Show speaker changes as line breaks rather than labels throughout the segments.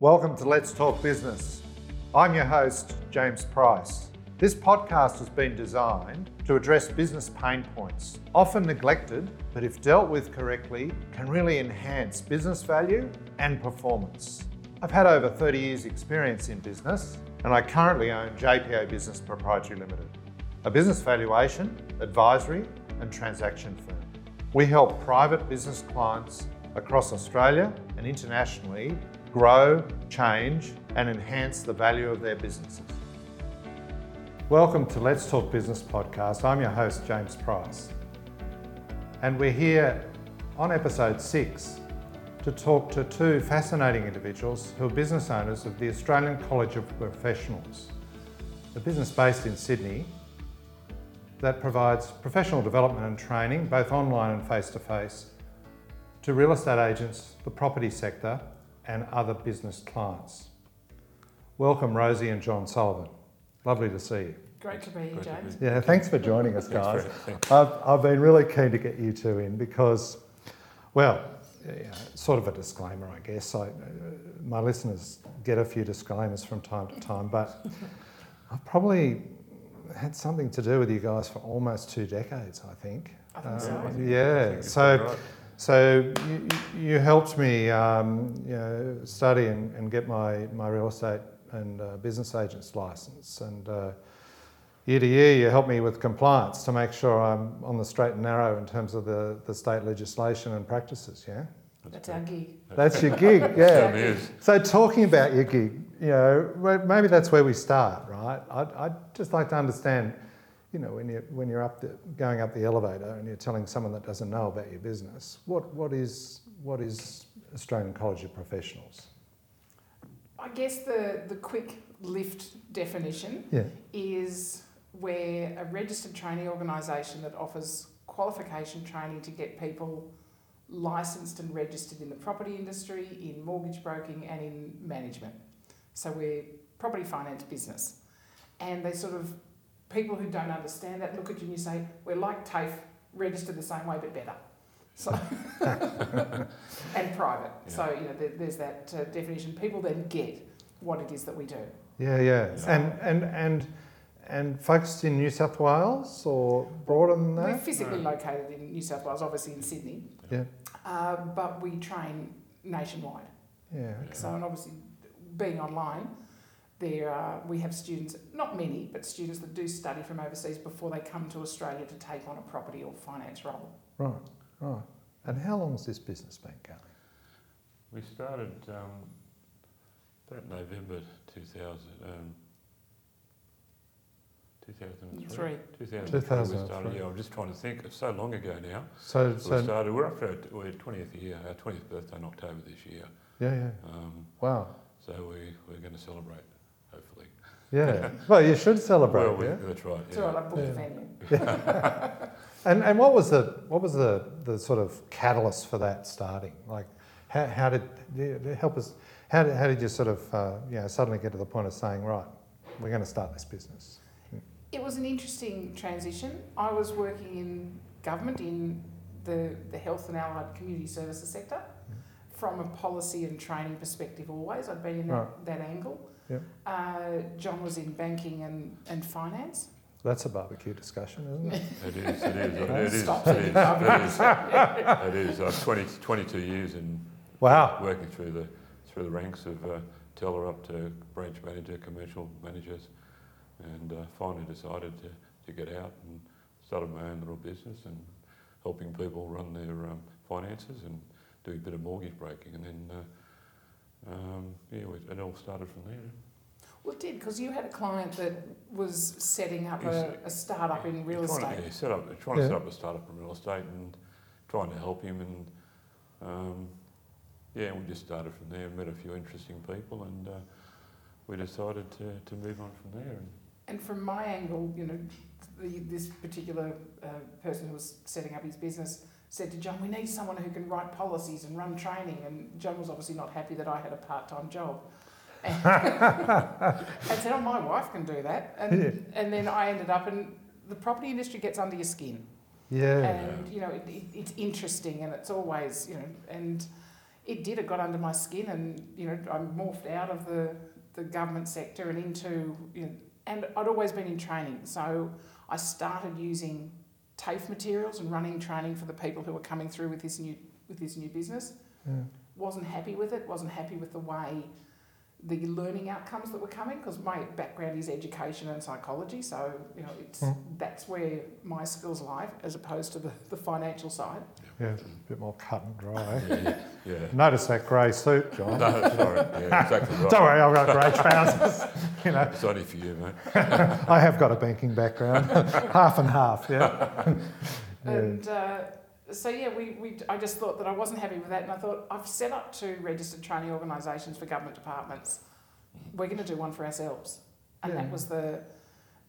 Welcome to Let's Talk Business. I'm your host, James Price. This podcast has been designed to address business pain points, often neglected, but if dealt with correctly, can really enhance business value and performance. I've had over 30 years' experience in business, and I currently own JPA Business Proprietary Limited, a business valuation, advisory, and transaction firm. We help private business clients across Australia and internationally grow, change, and enhance the value of their businesses. Welcome to Let's Talk Business podcast. I'm your host, James Price. And we're here on episode six to talk to two fascinating individuals who are business owners of the Australian College of Professionals, a business based in Sydney that provides professional development and training, both online and face to face, to real estate agents, the property sector, and other business clients. Welcome, Rosie and John Sullivan. Lovely to see you.
Great to be here, James.
Yeah, thanks for joining us, guys.
for it.
I've, I've been really keen to get you two in because, well, yeah, sort of a disclaimer, I guess. I, uh, my listeners get a few disclaimers from time to time, but I've probably had something to do with you guys for almost two decades, I think.
I think
Uh,
so.
I think- I think
Yeah,
it's
so.
about right.
So you, you- you helped me, um, you know, study and, and get my, my real estate and uh, business agent's license. And uh, year to year, you helped me with compliance to make sure I'm on the straight and narrow in terms of the, the state legislation and practices. Yeah,
That's our gig.
that's your gig.
Yeah.
Yeah.
It is.
So talking about your gig, you know, well, maybe that's where we start, right? I'd, I'd just like to understand, you know, when you when you're up the, going up the elevator and you're telling someone that doesn't know about your business, what what is what is Australian College of Professionals?
I guess the, the quick lift definition
Yeah,
is where a registered training organisation that offers qualification training to get people licensed and registered in the property industry, in mortgage broking, and in management. So we're property finance business. And they sort of, people who don't understand that look at you and you say, we're like TAFE, registered the same way but better. So, and private. So, you know, there, there's that uh, definition. People then get what it is that we do.
yeah, yeah. And and and and focused in New South Wales or broader than
We're
that?
physically
No.
located in New South Wales, obviously in Sydney,
Yeah,
uh, but we train nationwide.
yeah.
So, and obviously, being online, there are, we have students, not many, but students that do study from overseas before they come to Australia to take on a property or finance role.
Right, right. And how long has this business been going?
We started um, about November 2000, um, 2003.
Three.
2003.
2003.
We started, yeah, I'm just trying to think. It's so long ago now.
So
we
so
started, we're up to our, t- our 20th year, our 20th birthday in October this year.
yeah, yeah.
Um,
Wow.
so we, we're going to celebrate, hopefully.
Yeah. Well, you should celebrate.
Well, we-
yeah?
That's right.
So, I
Yeah.
love book
Yeah.
venue.
And, and what was the what was the, the sort of catalyst for that starting? Like, how, how did do you- help us? How did, how did you sort of uh, you know suddenly get to the point of saying right, we're going to start this business?
It was an interesting transition. I was working in government in the, the health and allied community services sector from a policy and training perspective always. I'd been in
Right.
that, that angle.
Yep.
Uh, John was in banking and, and finance.
That's a barbecue discussion, isn't it?
It is, it is, it is, it is.
Stop
It is,
it.
it is. It is. I've 20, 22 years in
Wow.
working through the through the ranks of uh, teller up to branch manager, commercial managers, and uh, finally decided to, to get out and started my own little business and helping people run their um, finances and do a bit of mortgage breaking, and then uh, um, yeah, we, it all started from there.
Well, it did, because you had a client that was setting up a,
He's-
a startup in real
trying
estate.
To, yeah, set up, trying
Yeah.
to set up a startup in real estate and trying to help him. And um, yeah, we just started from there, met a few interesting people, and uh, we decided to, to move on from there. And
And from my angle, you know, the, this particular uh, person who was setting up his business said to John, "We need someone who can write policies and run training." And John was obviously not happy that I had a part-time job, and, and said, "Oh, my wife can do that." And and then I ended up in the property industry gets under your skin
Yeah.
and you know it, it, it's interesting and it's always you know and it did. It got under my skin, and you know, I morphed out of the the government sector and into you know, and I'd always been in training, so I started using TAFE materials and running training for the people who were coming through with this new with this new business.
Mm.
Wasn't happy with it. Wasn't happy with the way the learning outcomes that were coming because my background is education and psychology, so you know it's
Mm.
that's where my skills lie as opposed to the, the financial side.
Yeah, it's a bit more cut and dry.
yeah, yeah.
Notice that grey suit, John.
No, sorry. Yeah, exactly right.
Don't worry, I've got grey trousers. you know,
It's only for you, mate.
I have got a banking background, half and half. Yeah. Yeah.
And uh, so yeah, we, we I just thought that I wasn't happy with that, and I thought I've set up two registered training organisations for government departments. We're going to do one for ourselves, and
Yeah.
that was the.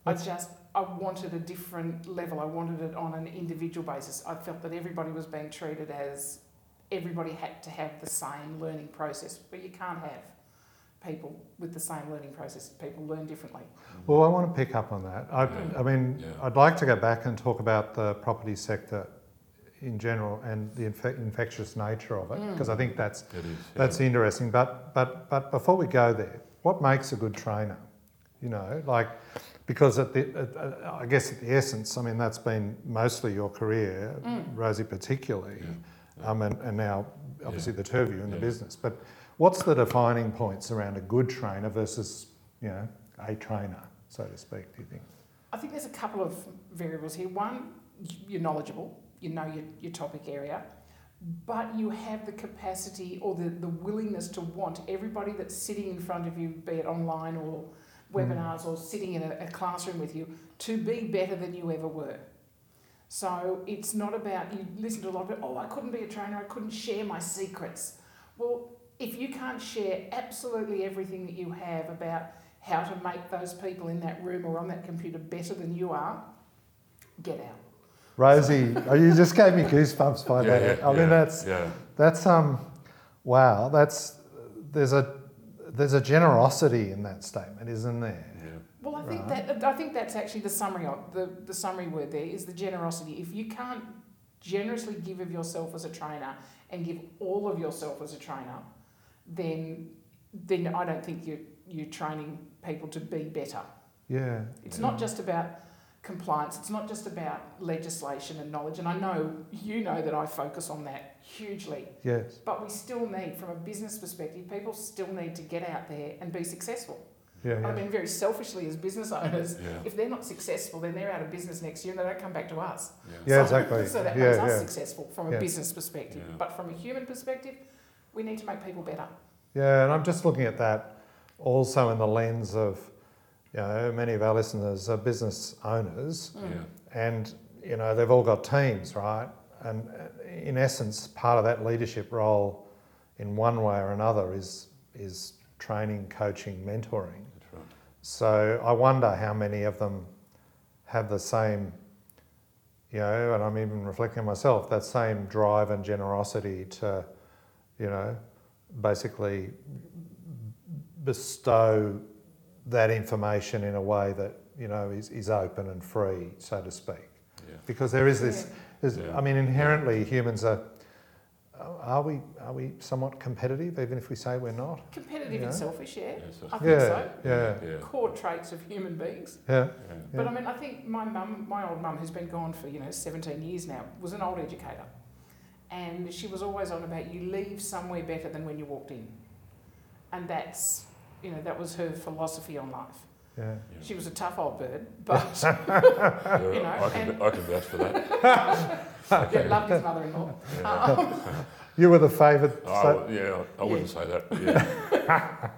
I
That's-
just I wanted a different level. I wanted it on an individual basis. I felt that everybody was being treated as everybody had to have the same learning process, but you can't have people with the same learning process. People learn differently.
Well, I want to pick up on that. I, I mean,
Yeah.
I'd like to go back and talk about the property sector in general and the infe- infectious nature of it,
Mm.
because I think that's
It is. yeah.
that's interesting. But but but before we go there, what makes a good trainer? You know, like because at the at, at- I guess at the essence, I mean, that's been mostly your career,
Mm.
Rosie particularly,
Yeah, yeah.
Um, and, and now obviously the two of you in the
Yeah.
business. But what's the defining points around a good trainer versus you know a trainer, so to speak? Do you think?
I think there's a couple of variables here. One, you're knowledgeable, you know your, your topic area, but you have the capacity or the, the willingness to want everybody that's sitting in front of you, be it online or webinars or sitting in a, a classroom with you, to be better than you ever were. So it's not about, you listen to a lot of people, oh, I couldn't be a trainer, I couldn't share my secrets. Well, if you can't share absolutely everything that you have about how to make those people in that room or on that computer better than you are, get out.
Rosie, oh, you just gave me goosebumps by
Yeah,
that.
yeah,
I mean,
yeah,
that's
yeah.
That's um, wow. That's there's a there's a generosity in that statement, isn't there?
Yeah.
Well, I think
Right.
that I think that's actually the summary of the, the summary word there is the generosity. If you can't generously give of yourself as a trainer and give all of yourself as a trainer, then then I don't think you you're training people to be better.
Yeah.
It's not just about compliance, it's not just about legislation and knowledge. And I know you know that I focus on that hugely.
Yes.
But we still need, from a business perspective, people still need to get out there and be successful.
Yeah.
I
yeah.
mean, very selfishly as business owners,
Yeah.
if they're not successful, then they're out of business next year and they don't come back to us.
Yeah,
So-
exactly.
So that
Yeah,
makes
yeah.
us successful from a
Yeah.
business perspective.
Yeah.
But from a human perspective, we need to make people better.
Yeah, and I'm just looking at that also in the lens of you know many of our listeners are business owners,
Yeah. Yeah.
and you know they've all got teams, right? And uh, in essence, part of that leadership role, in one way or another, is is training, coaching, mentoring.
That's right.
So I wonder how many of them have the same, you know, and I'm even reflecting on myself, that same drive and generosity to, you know, basically bestow that information in a way that, you know, is, is open and free, so to speak.
Yeah.
Because there is this, there's,
Yeah.
I mean, inherently humans are, are we, are we somewhat competitive, even if we say we're not?
Competitive
Yeah.
and selfish, yeah.
Yeah, so-
I think
Yeah,
so.
yeah,
Yeah.
Core traits of human beings.
yeah,
Yeah.
But
Yeah.
I mean, I think my mum, my old mum, who's been gone for you know 17 years now, was an old educator, and she was always on about you leave somewhere better than when you walked in, and that's you know that was her philosophy on life.
yeah.
Yeah.
She was a tough old bird, but
Yeah,
you know,
I can,
and-
I can vouch for that.
yeah, loved his mother-in-law.
Yeah.
Um,
You were the favourite. so-
Oh, yeah, I wouldn't say that. but Yeah.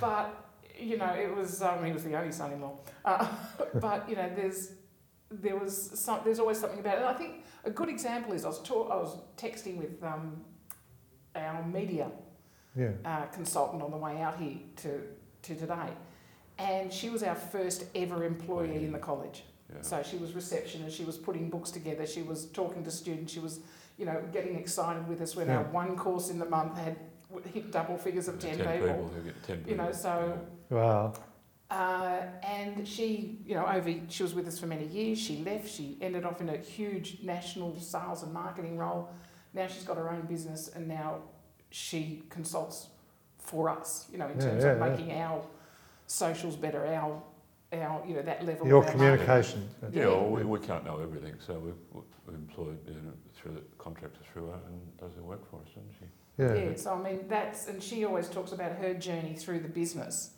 but you know, it was um, he was the only son-in-law. Uh, but you know, there's there was some, there's always something about it. And I think a good example is I was ta- I was texting with um, our media
yeah.
uh, consultant on the way out here to, to today. And she was our first ever employee in the college.
Yeah.
So she was receptionist, she was putting books together, she was talking to students, she was, you know, getting excited with us when our
Yeah.
one course in the month had w- hit double figures of 10, people.
who get 10 people.
You know, so
Wow.
uh, and she, you know, over she was with us for many years. She left. She ended off in a huge national sales and marketing role. Now she's got her own business, and now she consults for us, you know, in
Yeah,
terms of
yeah, yeah.
making our socials better, our, our, you know, that level
Your
of our
communication.
Yeah,
Yeah.
well, we, we can't know everything, so we, we employed you know, through the contractor through her and does the work for us, doesn't she?
Yeah.
marketing. Yeah, so I mean, that's, and she always talks about her journey through the business.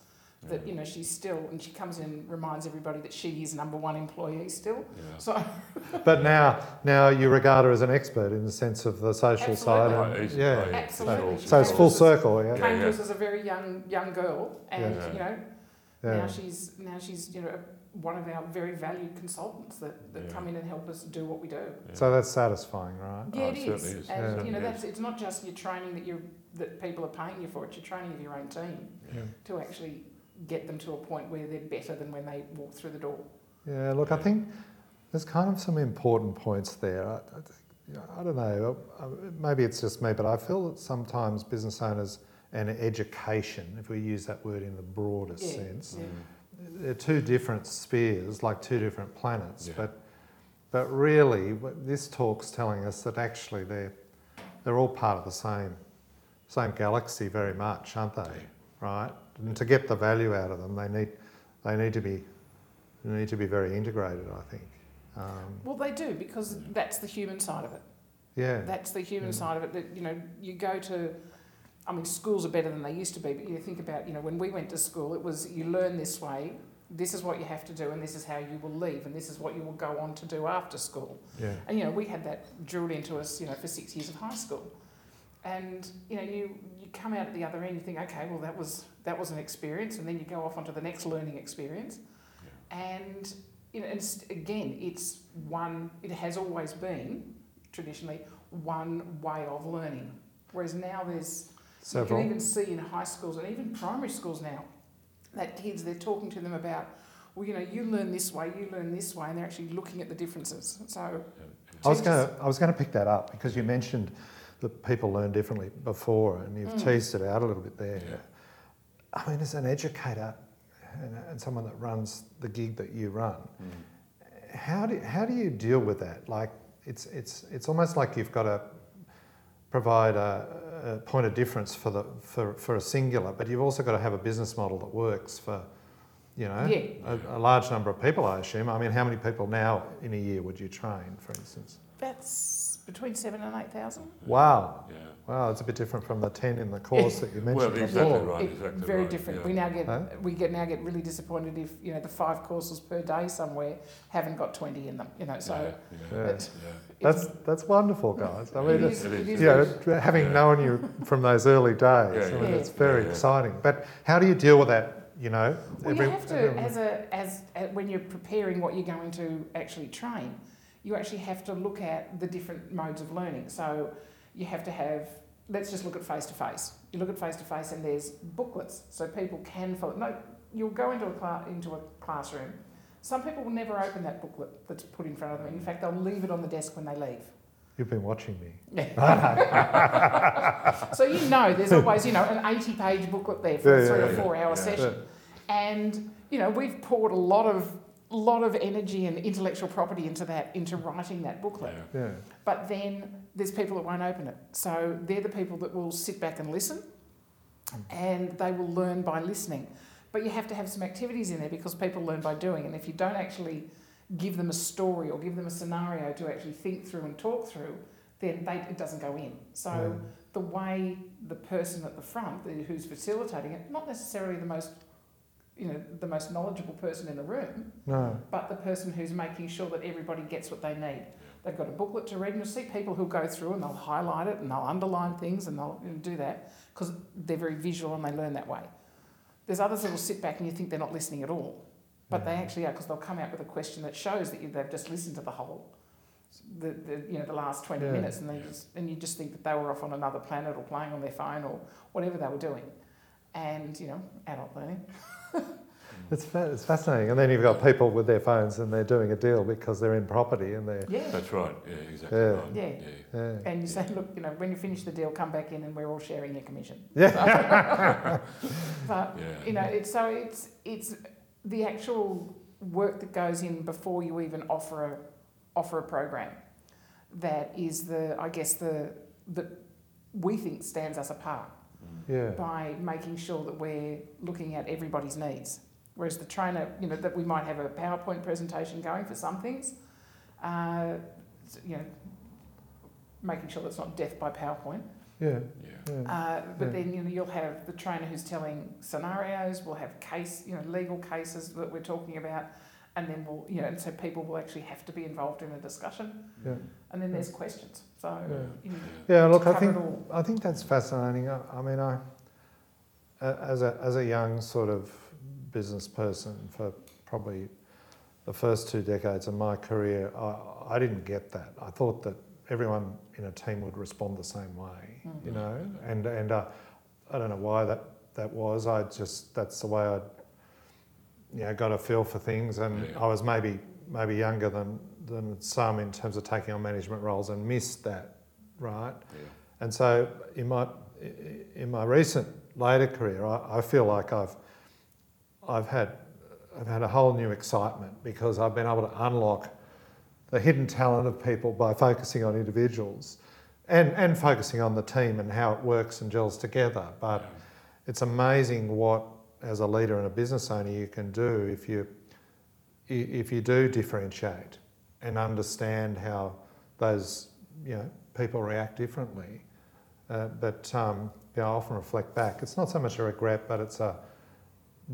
That you know she's still, and she comes in and reminds everybody that she is number one employee still.
Yeah.
So
But now, now you regard her as an expert in the sense of the social side.
Oh,
and-
easy,
yeah.
oh,
Absolutely.
sure,
So it's
sure.
full circle. Yeah.
came
yeah.
to us as a very young young girl, and
Yeah.
you know now
yeah.
she's now she's you know one of our very valued consultants that, that
Yeah.
come in and help us do what we do.
Yeah.
So that's satisfying, right?
Yeah,
Yeah,
Oh,
it
it it
is,
certainly is.
Yeah.
and you know
Certainly
that's it's not just your training that you that people are paying you for; it's your training of your own team
Yeah.
to actually get them to a point where they're better than when they walk through the door.
Yeah, look, I
Yeah.
think there's kind of some important points there. I, I, think- you know, I don't know, uh, uh, maybe it's just me, but I feel that sometimes business owners and education, if we use that word in the broadest
Yeah.
sense,
Mm.
Yeah.
they're two different spheres, like two different planets.
Yeah.
But but really, what this talk's telling us that actually they're they're all part of the same same galaxy, very much, aren't they?
Yeah.
Right. And to get the value out of them, they need they need to be they need to be very integrated. I think. Um,
Well, they do because that's the human side of it.
yeah.
That's the human
Yeah.
side of it. That you know, you go to. I mean, schools are better than they used to be, but you think about you know when we went to school, it was you learn this way. This is what you have to do, and this is how you will leave, and this is what you will go on to do after school.
yeah.
And you know, we had that drilled into us, you know, for six years of high school. And you know, you you come out at the other end, you think, okay, well that was that was an experience, and then you go off onto the next learning experience. And you know, and s- again, it's one. It has always been traditionally one way of learning. Whereas now there's you
Several.
can even see in high schools and even primary schools now that kids they're talking to them about, well, you know, you learn this way, you learn this way, and they're actually looking at the differences. So
Yeah.
I was
Teachers-
going to I was going to pick that up because you mentioned that people learn differently before, and you've
Mm.
teased it out a little bit there.
Yeah.
I mean, as an educator and, and someone that runs the gig that you run,
Mm.
how do how do you deal with that? Like, it's it's it's almost like you've got to provide a, a point of difference for the for, for a singular, but you've also got to have a business model that works for, you know,
yeah.
a, a large number of people. I assume. I mean, how many people now in a year would you train, for instance?
That's between seven and eight thousand.
Wow.
Yeah.
Wow, it's a bit different from the 10 in the course that you mentioned
Well, exactly
before.
right. Exactly
very
right,
different.
yeah.
We now get
Huh?
we get now get really disappointed if you know the five courses per day somewhere haven't got twenty in them. You know, so
yeah,
Yeah.
yeah,
it's-
yeah.
That's, that's wonderful, guys. I
It
mean, it's-
is, it is,
it's-
it
you know,
is.
having
Yeah.
known you from those early days,
Yeah,
I mean,
yeah.
it's very
Yeah, yeah.
exciting. But how do you deal with that? You know,
Well,
every-
you have to,
everyone-
as a as uh, when you're preparing what you're going to actually train, you actually have to look at the different modes of learning. So you have to have. Let's just look at face to face. You look at face to face, and there's booklets, so people can follow. No, you'll go into a cla- into a classroom. Some people will never open that booklet that's put in front of them. In fact, they'll leave it on the desk when they leave.
You've been watching me.
so you know there's always you know an 80 page booklet there for
Yeah,
a
yeah,
three
yeah,
or four hour
yeah.
session and you know we've poured a lot of lot of energy and intellectual property into that into writing that booklet
Yeah.
Yeah.
but then there's people that won't open it so they're the people that will sit back and listen and they will learn by listening but you have to have some activities in there because people learn by doing and if you don't actually give them a story or give them a scenario to actually think through and talk through then they, it doesn't go in so
yeah.
the way the person at the front the, who's facilitating it, not necessarily the most, you know, the most knowledgeable person in the room,
No.
but the person who's making sure that everybody gets what they need. They've got a booklet to read, and you'll see people who go through and they'll highlight it and they'll underline things and they'll you know, do that because they're very visual and they learn that way. There's others that will sit back and you think they're not listening at all, but they
Yeah.
actually are because they'll come out with a question that shows that you, they've just listened to the whole, the, the you know the last twenty
Yeah.
minutes, and they
Yeah.
just and you just think that they were off on another planet or playing on their phone or whatever they were doing, and you know adult learning.
Mm.
It's, fa- it's fascinating. And then you've got people with their phones and they're doing a deal because they're in property and they're.
Yeah.
That's right. Yeah, exactly
Yeah.
right.
Yeah.
yeah.
Yeah.
And you say, look, you know, when you finish the deal, come back in, and we're all sharing your commission.
Yeah.
But
Yeah.
you know, it's so it's it's the actual work that goes in before you even offer a offer a program. That is the I guess the the we think stands us apart
Mm.
Yeah.
by making sure that we're looking at everybody's needs. Whereas the trainer, you know, that we might have a PowerPoint presentation going for some things, uh, s- you know, making sure that's not death by PowerPoint.
Yeah.
Yeah.
Yeah.
Uh, but
Yeah.
then you know you'll have the trainer who's telling scenarios. We'll have case, you know, legal cases that we're talking about, and then we'll, you know, and so people will actually have to be involved in a discussion.
Yeah.
And then there's questions. So
Yeah.
you know,
Yeah,
to
look, I
cover
think
it all.
I think that's fascinating. I, I mean, I a- as a as a young sort of business person for probably the first two decades of my career, I, I didn't get that. I thought that everyone in a team would respond the same way,
Mm.
you know, and and uh, I don't know why that that was. I just that's the way I you know got a feel for things, and
Yeah.
I was maybe maybe younger than than some in terms of taking on management roles and missed that, right?
Yeah.
And so, in my in my recent later career, I, I feel like I've I've had I've had a whole new excitement because I've been able to unlock the hidden talent of people by focusing on individuals and and focusing on the team and how it works and gels together. But it's amazing what, as a leader and a business owner, you can do if you i- if you do differentiate and understand how those you know people react differently. Uh, but um, you know, I often reflect back. It's not so much a regret, but it's a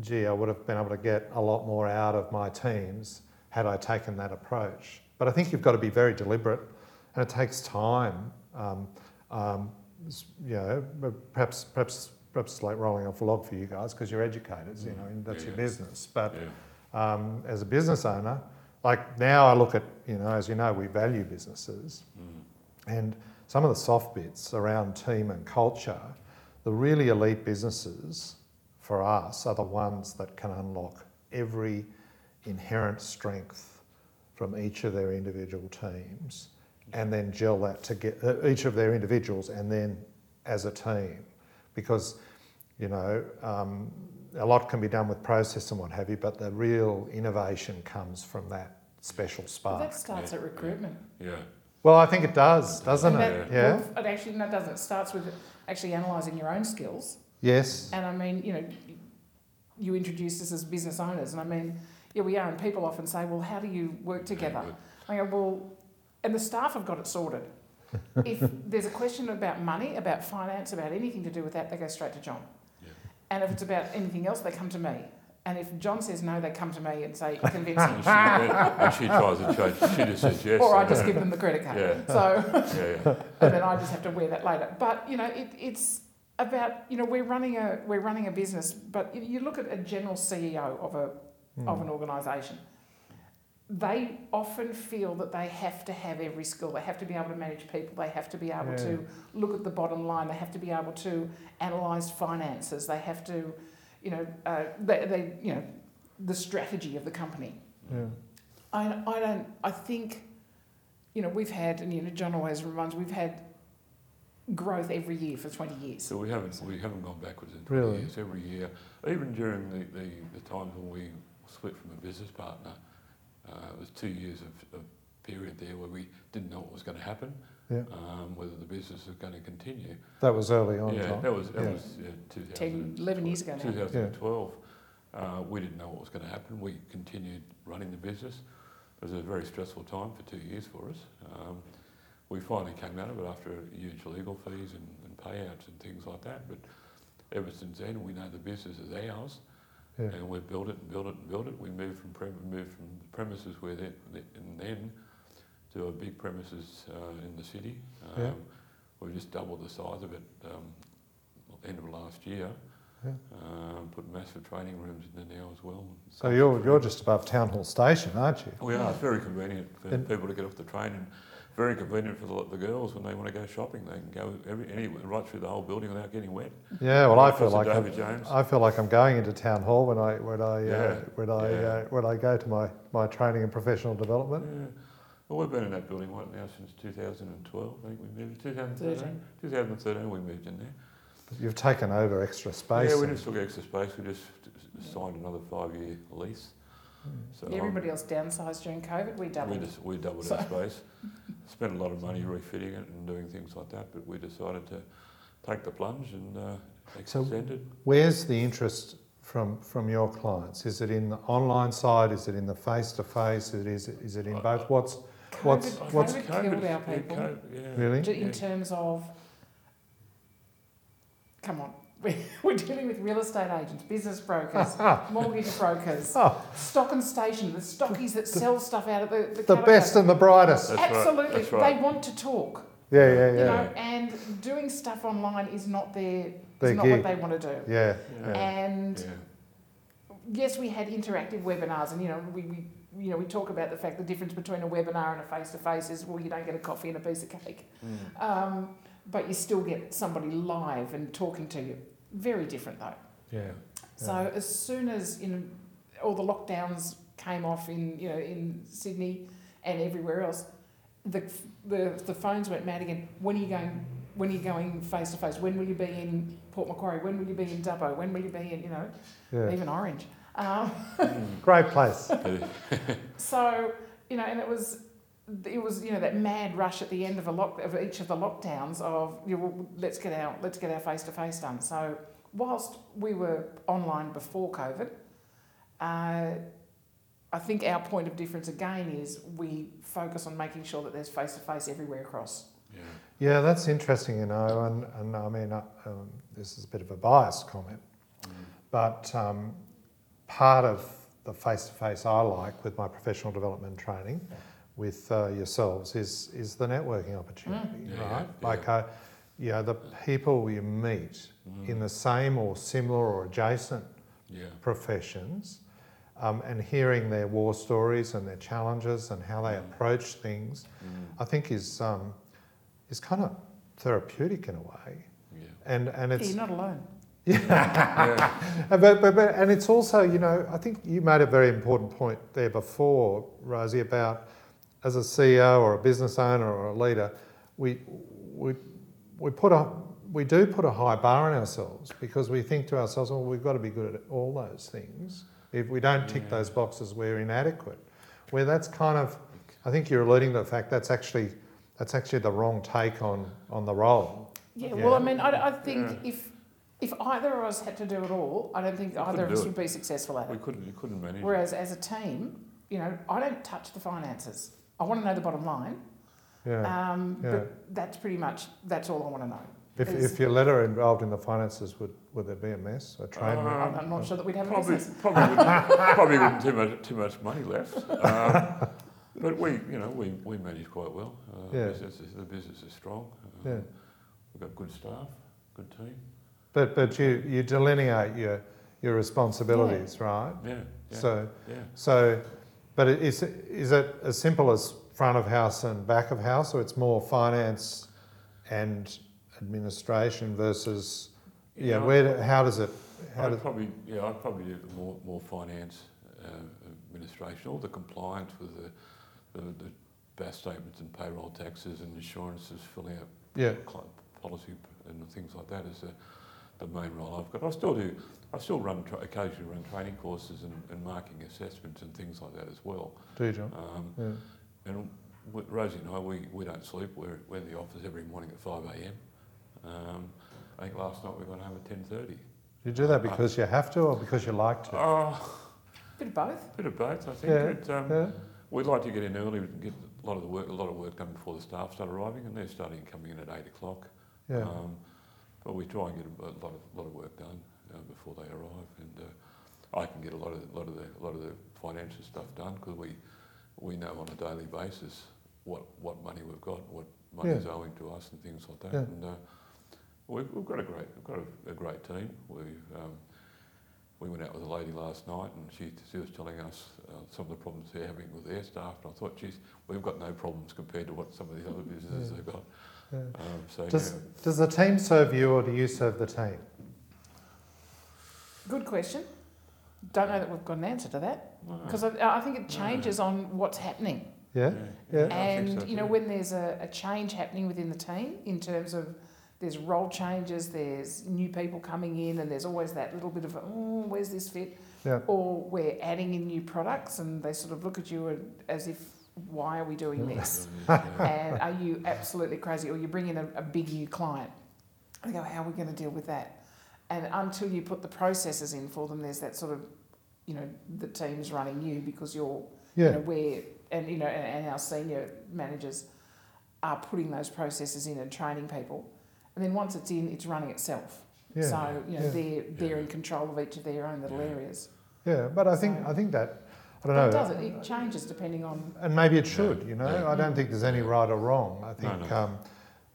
gee, I would have been able to get a lot more out of my teams had I taken that approach. But I think you've got to be very deliberate, and it takes time. Um, um, s- you know, but perhaps perhaps perhaps it's like rolling off a log for you guys because you're educators. You know, and that's
Mm. Yeah,
your
yeah.
business. But
Yeah.
um, as a business owner, like now I look at, you know, as you know, we value businesses
Mm.
and some of the soft bits around team and culture, the really elite businesses for us are the ones that can unlock every inherent strength from each of their individual teams and then gel that together, each of their individuals and then as a team. Because, you know, um, a lot can be done with process and what have you, but the real innovation comes from that special
But
spark.
that starts
Yeah.
at recruitment,
Yeah.
Well, I think it does, doesn't
And
it?
that-
Yeah.
well, it actually no, it doesn't. It starts with actually analysing your own skills.
Yes.
And I mean, you know, you introduced us as business owners, and I mean, yeah, we are. And people often say, well, how do you work together? I go, well, and the staff have got it sorted. if there's a question about money, about finance, about anything to do with that, they go straight to John.
Yeah.
And if it's about anything else, they come to me. And if John says no, they come to me and say, convince
And
him.
she, and she tries to change. She just says yes.
or I
and
just
no.
give them the credit card.
Yeah.
So.
Yeah, yeah.
and then I just have to wear that later. But you know, it, it's about you know we're running a we're running a business, but you, you look at a general CEO of a
Hmm.
of an organisation. They often feel that they have to have every skill. They have to be able to manage people. They have to be able
Yeah.
to look at the bottom line. They have to be able to analyse finances. They have to, you know, uh, they, they you know, the strategy of the company.
Yeah.
I, I don't. I think, you know, we've had, and you know, John always reminds we've had growth every year for twenty years.
So we haven't we haven't gone backwards in 20
Really?
years. Every year, even during the, the, the times when we split from a business partner, uh, it was two years of, of period there where we didn't know what was going to happen,
Yeah.
um, whether the business was going to continue.
That was early on,
yeah,
Tom.
that was that
Yeah.
was uh, 2000,
10, 11 years ago now.
2012. Uh, we didn't know what was going to happen. We continued running the business. It was a very stressful time for two years for us. Um, we finally came out of it after huge legal fees and, and payouts and things like that. But ever since then, we know the business is ours,
Yeah.
and we built it and built it and built it. We moved from prem- moved from the premises where then and then to a big premises uh, in the city. Um,
Yeah.
We just doubled the size of it um, end of last year.
Yeah.
Um, put massive training rooms in there now as well.
So you're, you're just above Town Hall Station, aren't you?
We are. It's very convenient for
And-
people to get off the train and very convenient for the, the girls when they want to go shopping. They can go every, anywhere, right through the whole building without getting wet.
Yeah. Well, I feel
Across the
like I'm,
David James.
I feel like I'm going into Town Hall when I when I uh,
Yeah.
when I
Yeah.
uh, when I go to my, my training and professional development.
Yeah. Well, we've been in that building right now since 2012. I think we moved. 2013.
13.
2013 we moved in there.
You've taken over extra space.
Yeah, we
and-
just took extra space. We just signed another five-year lease. So
Yeah,
I'm-
Everybody else downsized during COVID. We
We
doubled.
just we doubled our space. Spent a lot of money refitting it and doing things like that, but we decided to take the plunge and uh,
So-
extend it.
Where's the interest from from your clients? Is it in the online side? Is it in the face to face? Is it is it in both? What's What's-
COVID,
what's-
COVID
COVID
killed
is-
our
yeah,
people.
COVID, yeah.
really?
Ju- in terms of, come on, we- we're dealing with real estate agents, business brokers, mortgage brokers,
Oh,
stock and station, the stockies that sell stuff out of the the,
the
catalogue.
best and the brightest.
That's right,
Absolutely,
that's right.
they want to talk,
Yeah, yeah,
you
yeah,
know, and doing stuff online is not their
Their
is not
gig.
what they want to do.
yeah.
Yeah.
And
Yeah.
yes, we had interactive webinars, and you know, we, we you know we talk about the fact the difference between a webinar and a face to face is well, you don't get a coffee and a piece of cake.
Mm.
Um, but you still get somebody live and talking to you. Very different though.
yeah.
So as soon as in all the lockdowns came off in you know in Sydney and everywhere else, the the, the phones went mad again. When are you going? When are you going face to face? When will you be in Port Macquarie? When will you be in Dubbo? When will you be in you know
Yeah.
even Orange? Um,
Mm.
Great place.
Yeah.
so you know, and it was it was you know that mad rush at the end of a lock of each of the lockdowns of you know, well, let's get our let's get our face to face done. So whilst we were online before COVID, uh, I think our point of difference again is we focus on making sure that there's face to face everywhere across.
Yeah.
Yeah, that's interesting, you know, and, and I mean, uh, um, this is a bit of a biased comment,
Mm.
but um, part of the face to face I like with my professional development training with uh, yourselves is, is the networking opportunity,
Mm. Yeah, yeah,
right?
yeah.
Like, uh, you know, the people you meet
Mm.
in the same or similar or adjacent
Yeah.
professions um, and hearing their war stories and their challenges and how they
Mm.
approach things
Mm.
I think is um, is kind of therapeutic in a way,
Yeah.
and and
Yeah,
it's
you're not alone.
Mm. yeah.
and but, but, but and it's also you know I think you made a very important point there before Rosie about as a CEO or a business owner or a leader, we we we put a we do put a high bar on ourselves because we think to ourselves, well, we've got to be good at all those things. If we don't tick
Yeah.
those boxes, we're inadequate. Where that's kind of, I think you're alluding to the fact that's actually that's actually the wrong take on on the role.
Yeah,
Yeah.
well, I mean, I, I think
Yeah.
if if either of us had to do it all, I don't think either
couldn't
of
do
us
it.
would be successful at it.
We couldn't. You couldn't manage. it.
Whereas as a team, you know, I don't touch the finances. I want to know the bottom line,
Yeah.
um,
Yeah.
but that's pretty much that's all I want to know.
if,
is-
if your letter involved in the finances, would would there be a mess? A train wreck?
Uh,
I'm, I'm not sure that we'd have a
Probably,
business.
probably, wouldn't, probably wouldn't too much too much money left. Um, but we, you know, we, we manage quite well. Uh,
Yeah.
business is, the business is strong. Uh,
Yeah.
We've got good staff, good team.
But but you you delineate your your responsibilities, right?
Yeah. Yeah.
So
yeah.
so, but it is is it as simple as front of house and back of house, or it's more finance and administration versus
You
yeah?
know,
Where do, how does it how
I'd
does
probably, yeah, I'd probably do more, more finance, uh, administration, all the compliance with the, the, the BAS statements and payroll taxes and insurances, filling out
yeah
cl- policy and things like that is the, the main role I've got. I still do, I still run, tra- occasionally run training courses and, and marking assessments and things like that as well.
do you John?
Um,
Yeah.
and w- Rosie and I, we, we don't sleep. We're, we're in the office every morning at 5am. Um, I think last night we got home at 10.30.
You do that because you have to, or because you like to?
Uh,
Bit of both.
bit of both, I think.
Yeah.
But, um,
yeah.
We'd like to get in early, and get a lot of the work, a lot of work done before the staff start arriving, and they're starting coming in at 8 o'clock.
Yeah.
Um, but we try and get a lot of lot of work done uh, before they arrive, and uh, I can get a lot of lot of the lot of the financial stuff done because we we know on a daily basis what what money we've got, what money's is owing to us, and things like that.
Yeah.
And uh, we've, we've got a great we've got a, a great team. We um, we went out with a lady last night, and she she was telling us uh, some of the problems they're having with their staff, and I thought, geez, we've got no problems compared to what some of these other businesses
Yeah.
have got.
yeah.
Um, so
Does-
yeah.
Does the team serve you, or do you serve the team?
Good question. Don't know that we've got an answer to that
Mm.
Wow.
because I, I think it changes on what's happening.
Yeah. Yeah.
I think
and
so
you know
too.
when there's a, a change happening within the team in terms of there's role changes, there's new people coming in, and there's always that little bit of oh, where's this fit?
Yeah.
Or we're adding in new products, and they sort of look at you and- as if why are we doing this?
Yeah.
and are you absolutely crazy? Or you bring in a, a big new client, I go, how are we going to deal with that? And until you put the processes in for them, there's that sort of, you know, the team's running you because you're, you know,
Yeah.
where, and, you know, and, and our senior managers are putting those processes in and training people. And then once it's in, it's running itself.
Yeah.
So, you know,
yeah.
they're, they're
Yeah.
in control of each of their own little
Yeah.
areas.
Yeah, but I think
So-
I think that I don't
But
know.
it does it, it changes depending on
And maybe it
Yeah.
should, you know.
Yeah.
I don't think there's any right or wrong. I think,
no.
Um,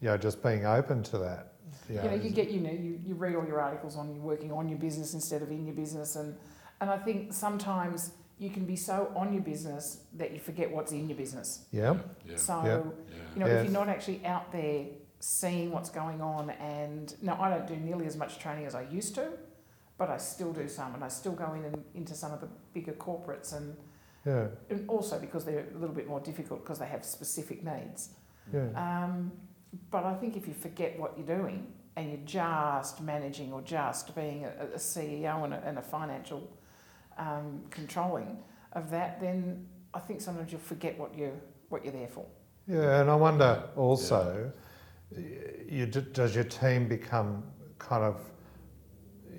you know, just being open to that. You
you
know,
know, you get, you know, you, you read all your articles on you working on your business instead of in your business. And, and I think sometimes you can be so on your business that you forget what's in your business.
yeah,
Yeah.
So,
Yeah.
yeah.
you know,
Yeah.
if you're not actually out there seeing what's going on and no, I don't do nearly as much training as I used to, but I still do some and I still go in and into some of the bigger corporates and,
yeah,
and also because they're a little bit more difficult because they have specific needs.
yeah,
Um, but I think if you forget what you're doing and you're just managing or just being a, a CEO and a, and a financial um, controlling of that, then I think sometimes you'll forget what you what you're there for.
yeah. And I wonder also, y- you, d- does your team become kind of,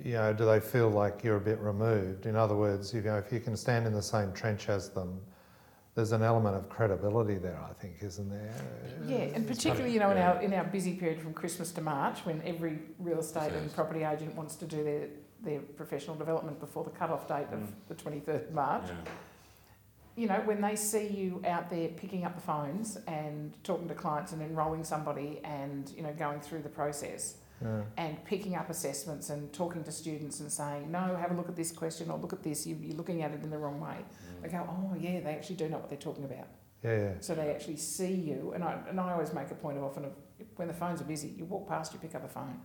you know, do they feel like you're a bit removed? In other words, you know, if you can stand in the same trench as them, there's an element of credibility there. I think, isn't there?
Yeah, and
It's-
particularly you know in
yeah.
our in our busy period from Christmas to March, when every real estate and
Yes.
property agent wants to do their their professional development before the cut-off date of
Mm.
the 23rd of March.
Yeah.
you know, when they see you out there picking up the phones and talking to clients and enrolling somebody and, you know, going through the process
Yeah.
and picking up assessments and talking to students and saying, no, have a look at this question or look at this, you, you're looking at it in the wrong way. They go, oh, yeah, they actually do know what they're talking about.
yeah, yeah.
So they actually see you. And I, and I always make a point of often of when the phones are busy, you walk past, you pick up a phone.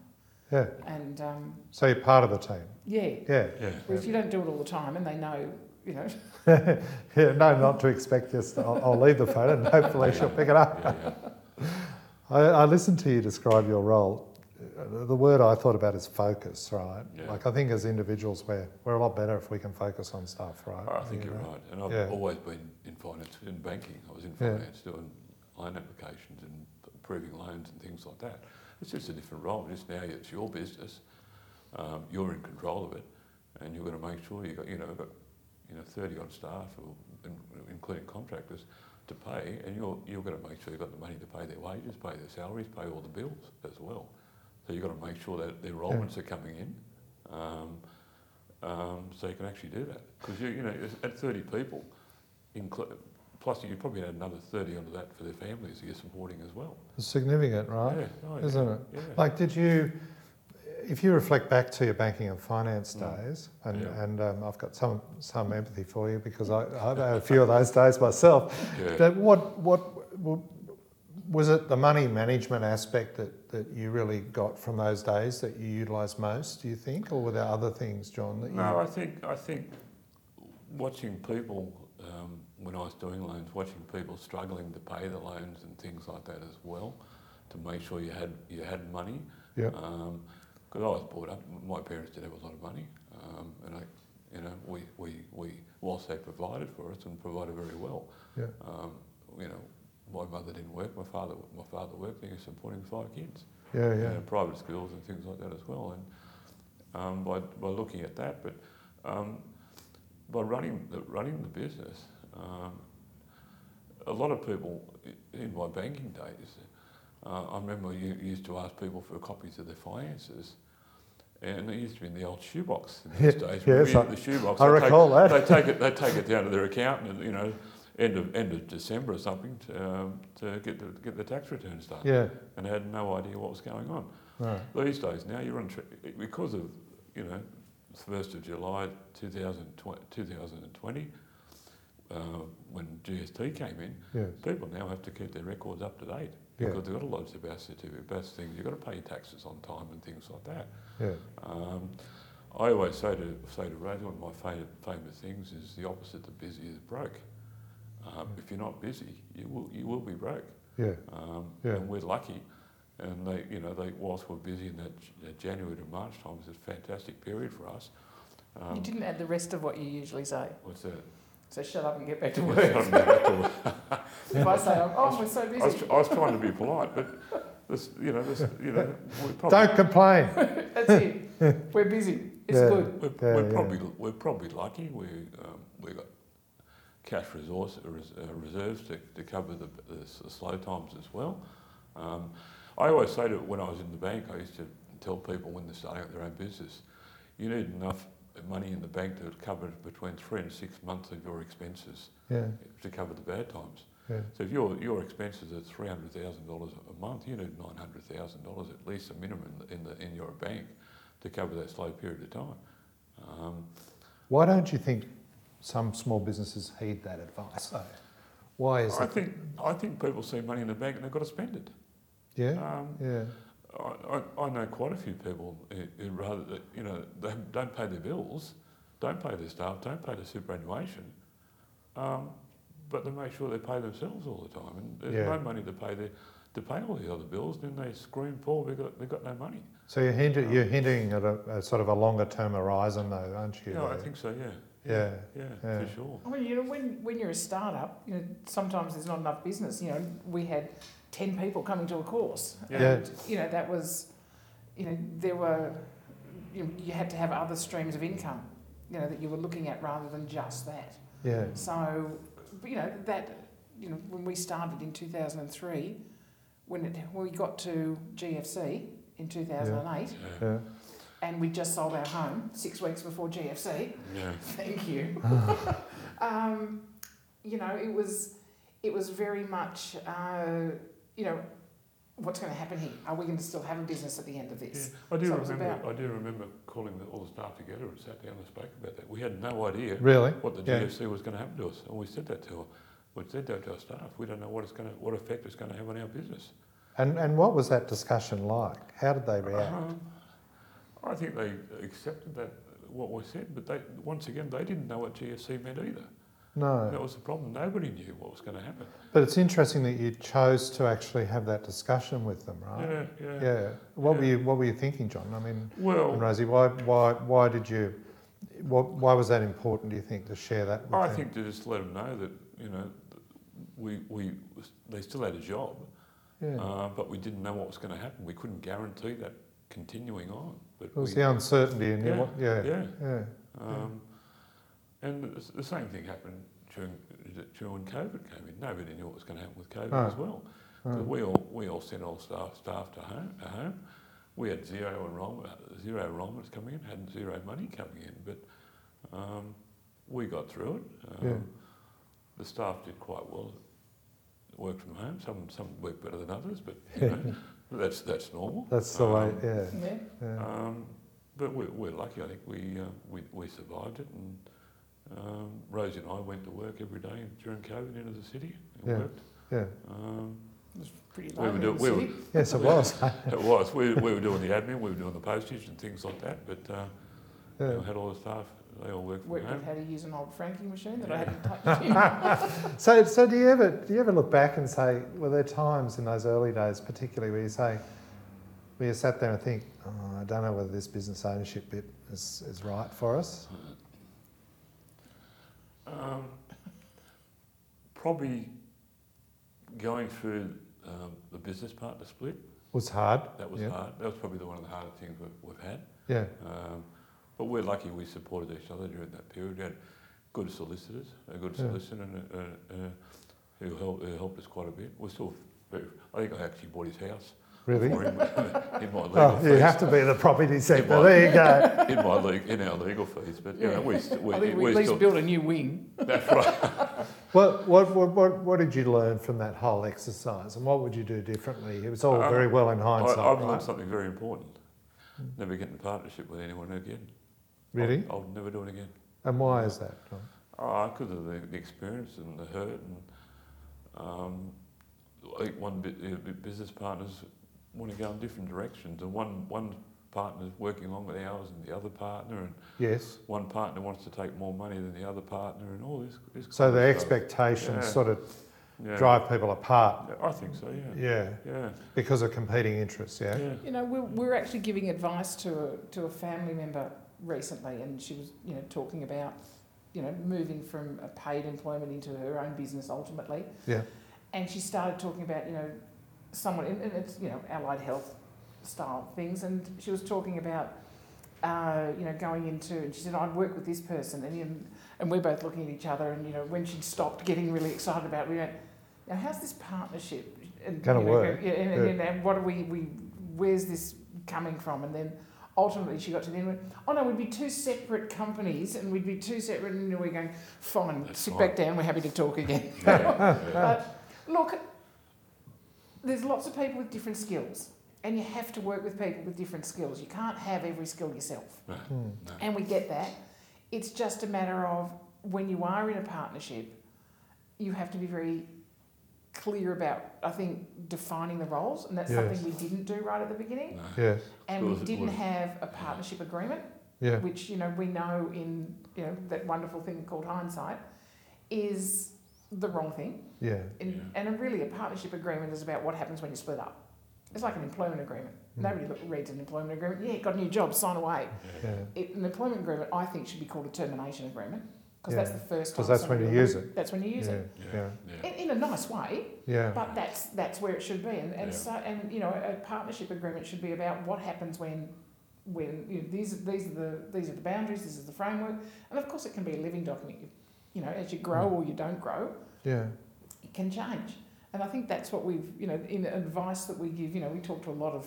Yeah.
And, um,
So you're part of the team.
yeah,
Yeah.
Yeah.
whereas you don't do it all the time and they know, you know,
yeah, no, not to expect this. I'll, I'll leave the phone and hopefully she'll pick it up.
Yeah, yeah.
I, I listened to you describe your role. Uh, The word I thought about is focus, right?
Yeah.
Like I think as individuals, we're, we're a lot better if we can focus on stuff, right?
I think
You
you're
know?
right. And I've
Yeah.
always been in finance, in banking. I was in
Yeah.
finance doing loan applications and approving loans and things like that. It's just a different role. Just now it's your business. Um, you're in control of it, and you've got to make sure you got you know got you know thirty odd staff, or in, including contractors, to pay, and you're you've got to make sure you've got the money to pay their wages, pay their salaries, pay all the bills as well. So you've got to make sure that their enrolments are coming in. Um, um, so you can actually do that because you you know at thirty people, inclu- plus you probably add another thirty onto that for their families that you're supporting as well.
It's significant, right?
Yeah, oh, yeah,
Isn't it?
yeah.
Like, did you, if you reflect back to your banking and finance
Mm.
days, and,
Yeah.
and um, I've got some, some empathy for you because I, I've had a few of those days myself.
yeah.
But what what w- was it the money management aspect that, that you really got from those days that you utilised most? Do you think, or were there other things, John? That you,
No, I think I think watching people um, when I was doing loans, watching people struggling to pay the loans and things like that as well, to make sure you had you had money.
Yeah.
Because I was brought up, my parents didn't have a lot of money, um, and I, you know, we, we, we whilst they provided for us and provided very well,
yeah,
um, you know, my mother didn't work, my father my father worked, and he was supporting five kids
yeah,
you
yeah,
know, private schools and things like that as well. And um, by, by looking at that, but um, by running the, running the business, um, a lot of people i- in my banking days, uh, I remember you used to ask people for copies of their finances. And it used to be in the old shoebox in those days.
yes,
Remember
I-
the shoebox.
I
They'd take-
recall that.
They take it. They take it down to their accountant, and, you know, end of end of December or something, to, um, to get the get the tax returns done.
yeah.
And they had no idea what was going on
Right.
these days now you're on tra- because of you know first of July 2020, 2020 uh, when GST came in,
Yeah,
people now have to keep their records up to date
Yeah.
because they've got lots of birth certificate, birth things. You've got to pay your taxes on time and things like that.
yeah,
Um, I always say to say to Rose, one of my favourite famous things is the opposite of busy is broke. Um, If you're not busy, you will you will be broke.
yeah,
Um,
Yeah.
And we're lucky. And they, you know, they, whilst we're busy in that J- that January to March time, it's a fantastic period for us.
you
Um,
didn't add the rest of what you usually say.
what's that?
So shut up and get back to
What's
work.
that?
if I say, oh, we're so
I was,
busy.
tr- I was trying to be polite, but This, you know, this, you know, we're probably,
Don't complain.
That's it. We're busy. It's
Yeah.
good.
we're,
Yeah,
we're
yeah.
probably we're probably lucky. We um, we got cash resource res, uh, reserves to, to cover the, the, s- the slow times as well. Um, I always say to when I was in the bank, I used to tell people when they're starting up their own business, you need enough money in the bank to cover between three and six months of your expenses
Yeah,
to cover the bad times.
yeah,
So if your your expenses are three hundred thousand dollars a month, you need nine hundred thousand dollars at least a minimum in the in your bank to cover that slow period of time. Um,
Why don't you think some small businesses heed that advice? though? Why is
I
it?
think I think people see money in the bank and they've got to spend it.
Yeah,
Um,
yeah,
I, I, I know quite a few people who, who rather that, you know they don't pay their bills, don't pay their staff, don't pay their superannuation, um, but they make sure they pay themselves all the time, and there's
Yeah.
no money to pay their to pay all the other bills. Then they scream, "Paul, we got they've got no money."
So you're, hinting, you're hinting at a, a sort of a longer term horizon, though, aren't you?
Yeah, I
though?
think so. Yeah.
Yeah.
Yeah,
Yeah.
for sure.
I mean, you know, when, when you're a startup, you know, sometimes there's not enough business. You know, we had 10 people coming to a course.
Yeah.
Yeah.
And, you know, that was, you know, there were, you, know, you had to have other streams of income, you know, that you were looking at rather than just that.
Yeah,
So, you know, that, you know, when we started in 2003, when, it, when we got to GFC in 2008
Yeah.
yeah.
and we just sold our home six weeks before GFC,
yeah.
Thank you. um, you know, it was it was very much uh, you know what's going to happen here. Are we going to still have a business at the end of this?
I do
So it was
remember.
about-
I do remember calling the, all the staff together and sat down and spoke about that. We had no idea
Really?
what the
Yeah.
GFC was going to happen to us, and we said that to we said that to our staff. We don't know what it's going to, what effect it's going to have on our business.
And, and what was that discussion like? How did they react?
Um, I think they accepted that what we said, but they once again they didn't know what GFC meant either. That
No.
was the problem. Nobody knew what was going to happen.
But it's interesting that you chose to actually have that discussion with them, right?
Yeah, yeah.
Ah. Yeah. What were
Yeah.
you What were you thinking, John? I mean, and
Well,
Rosie, why why why did you? What, why was that important? Do you think to share that? With
I
them?
think to just let them know that you know th- we we they still had a job,
Yeah.
uh, but we didn't know what was going to happen. We couldn't guarantee that continuing on. But
it was
we,
the uncertainty, and you
Yeah,
wa- yeah.
yeah.
yeah.
Um, and the, s- the same thing happened during during COVID came in. Nobody knew what was going to happen with COVID
No.
as well. So
Mm.
we all we all sent all staff staff to home. To home. We had zero enrollment, zero enrollments coming in, had zero money coming in, but um, we got through it. Um,
Yeah.
The staff did quite well. Worked from home. Some some worked better than others, but you know, that's that's normal.
That's the way.
Um,
Yeah.
Yeah.
yeah.
um, but we're, we're lucky, I think. We, uh, we, we survived it. And um, Rosie and I went to work every day during COVID into the city and
Yeah.
worked.
yeah.
Um,
It was pretty
We
lonely
were do-
in the
we were-
city.
Yes, it was.
it was. We, we were doing the admin, we were doing the postage and things like that. But uh, you know,
Yeah.
had all the staff, they all worked from
Worked out
home.
how to use an old franking machine that I
Yeah.
hadn't touched. in-
So, so do you ever do you ever look back and say, were there times in those early days, particularly where you say, where you sat there and think, oh, I don't know whether this business ownership bit is, is right for us?
Um, probably going through um, the business partner split,
was hard.
that was
Yeah.
hard. That was probably the, one of the hardest things we've, we've had.
Yeah,
Um, but we're lucky we supported each other during that period. We had good solicitors, a good
Yeah.
solicitor and, uh, uh, who, helped, who helped us quite a bit. We're still very, I think I actually bought his house
really.
for him in my legal
Oh, you
fees.
have to be in the property sector.
might.
There you go.
In, my le- in our legal fees, but you know, we, st- we,
I think we
we're
at least
still,
built a new wing.
that's right.
What, what, what, what, what did you learn from that whole exercise, and what would you do differently? It was all
Um,
very well in
I,
hindsight,
I've
right?
learned something very important. Never get in a partnership with anyone again.
Really?
I'll, I'll never do it again.
And why is that? John?
Oh, because of the, the experience and the hurt, and um, like one bit, uh, bu- business partners want to go in different directions, and one one partner's working along with ours, and the other partner, and
Yes.
one partner wants to take more money than the other partner, and all this. this
So
kind
the
of stuff.
expectations
Yeah.
sort of
Yeah.
drive people apart.
Yeah, I think so. Yeah.
Yeah,
Yeah.
because of competing interests. Yeah.
Yeah.
You know, we we were actually giving advice to a, to a family member recently, and she was, you know, talking about, you know, moving from a paid employment into her own business ultimately.
Yeah.
And she started talking about, you know, someone, and and it's, you know, allied health style things, and she was talking about, uh, you know, going into, and she said, I'd work with this person, and, you- and we're both looking at each other, and, you know, when she'd stopped getting really excited about it, we went, now how's this partnership? And,
Gonna
you know,
work.
Yeah, and, and, and what are we, we, where's this coming from? And then ultimately she got to the end, and went, oh no, we'd be two separate companies, and we'd be two separate, and we're going, fine,
That's
sit
fine.
back down, we're happy to talk again.
Yeah, yeah.
But look, there's lots of people with different skills, and you have to work with people with different skills. You can't have every skill yourself,
No,
Hmm.
no.
and we get that. It's just a matter of when you are in a partnership, you have to be very clear about, I think, defining the roles, and that's
Yes.
something we didn't do right at the beginning.
No.
Yes.
And we
Sure, it
didn't
was-
have a partnership agreement
Yeah.
which you know we know in you know that wonderful thing called hindsight is the wrong thing
Yeah.
and,
Yeah.
and really a partnership agreement is about what happens when you split up it's like an employment agreement
Mm.
nobody look- reads an employment agreement yeah got a new job sign away
Yeah.
Yeah.
it, an employment agreement i think should be called a termination agreement because that's
Yeah.
the first time
Because that's when you
somebody-
use it.
that's when you use
Yeah.
it
Yeah.
Yeah.
in, in a nice way
Yeah.
but that's that's where it should be, and and
Yeah.
so and you know a partnership agreement should be about what happens when, when you know, these these are the these are the boundaries, this is the framework, and of course it can be a living document. You, you know, as you
Hmm.
grow or you don't grow,
Yeah.
it can change, and I think that's what we've you know in advice that we give. You know, we talk to a lot of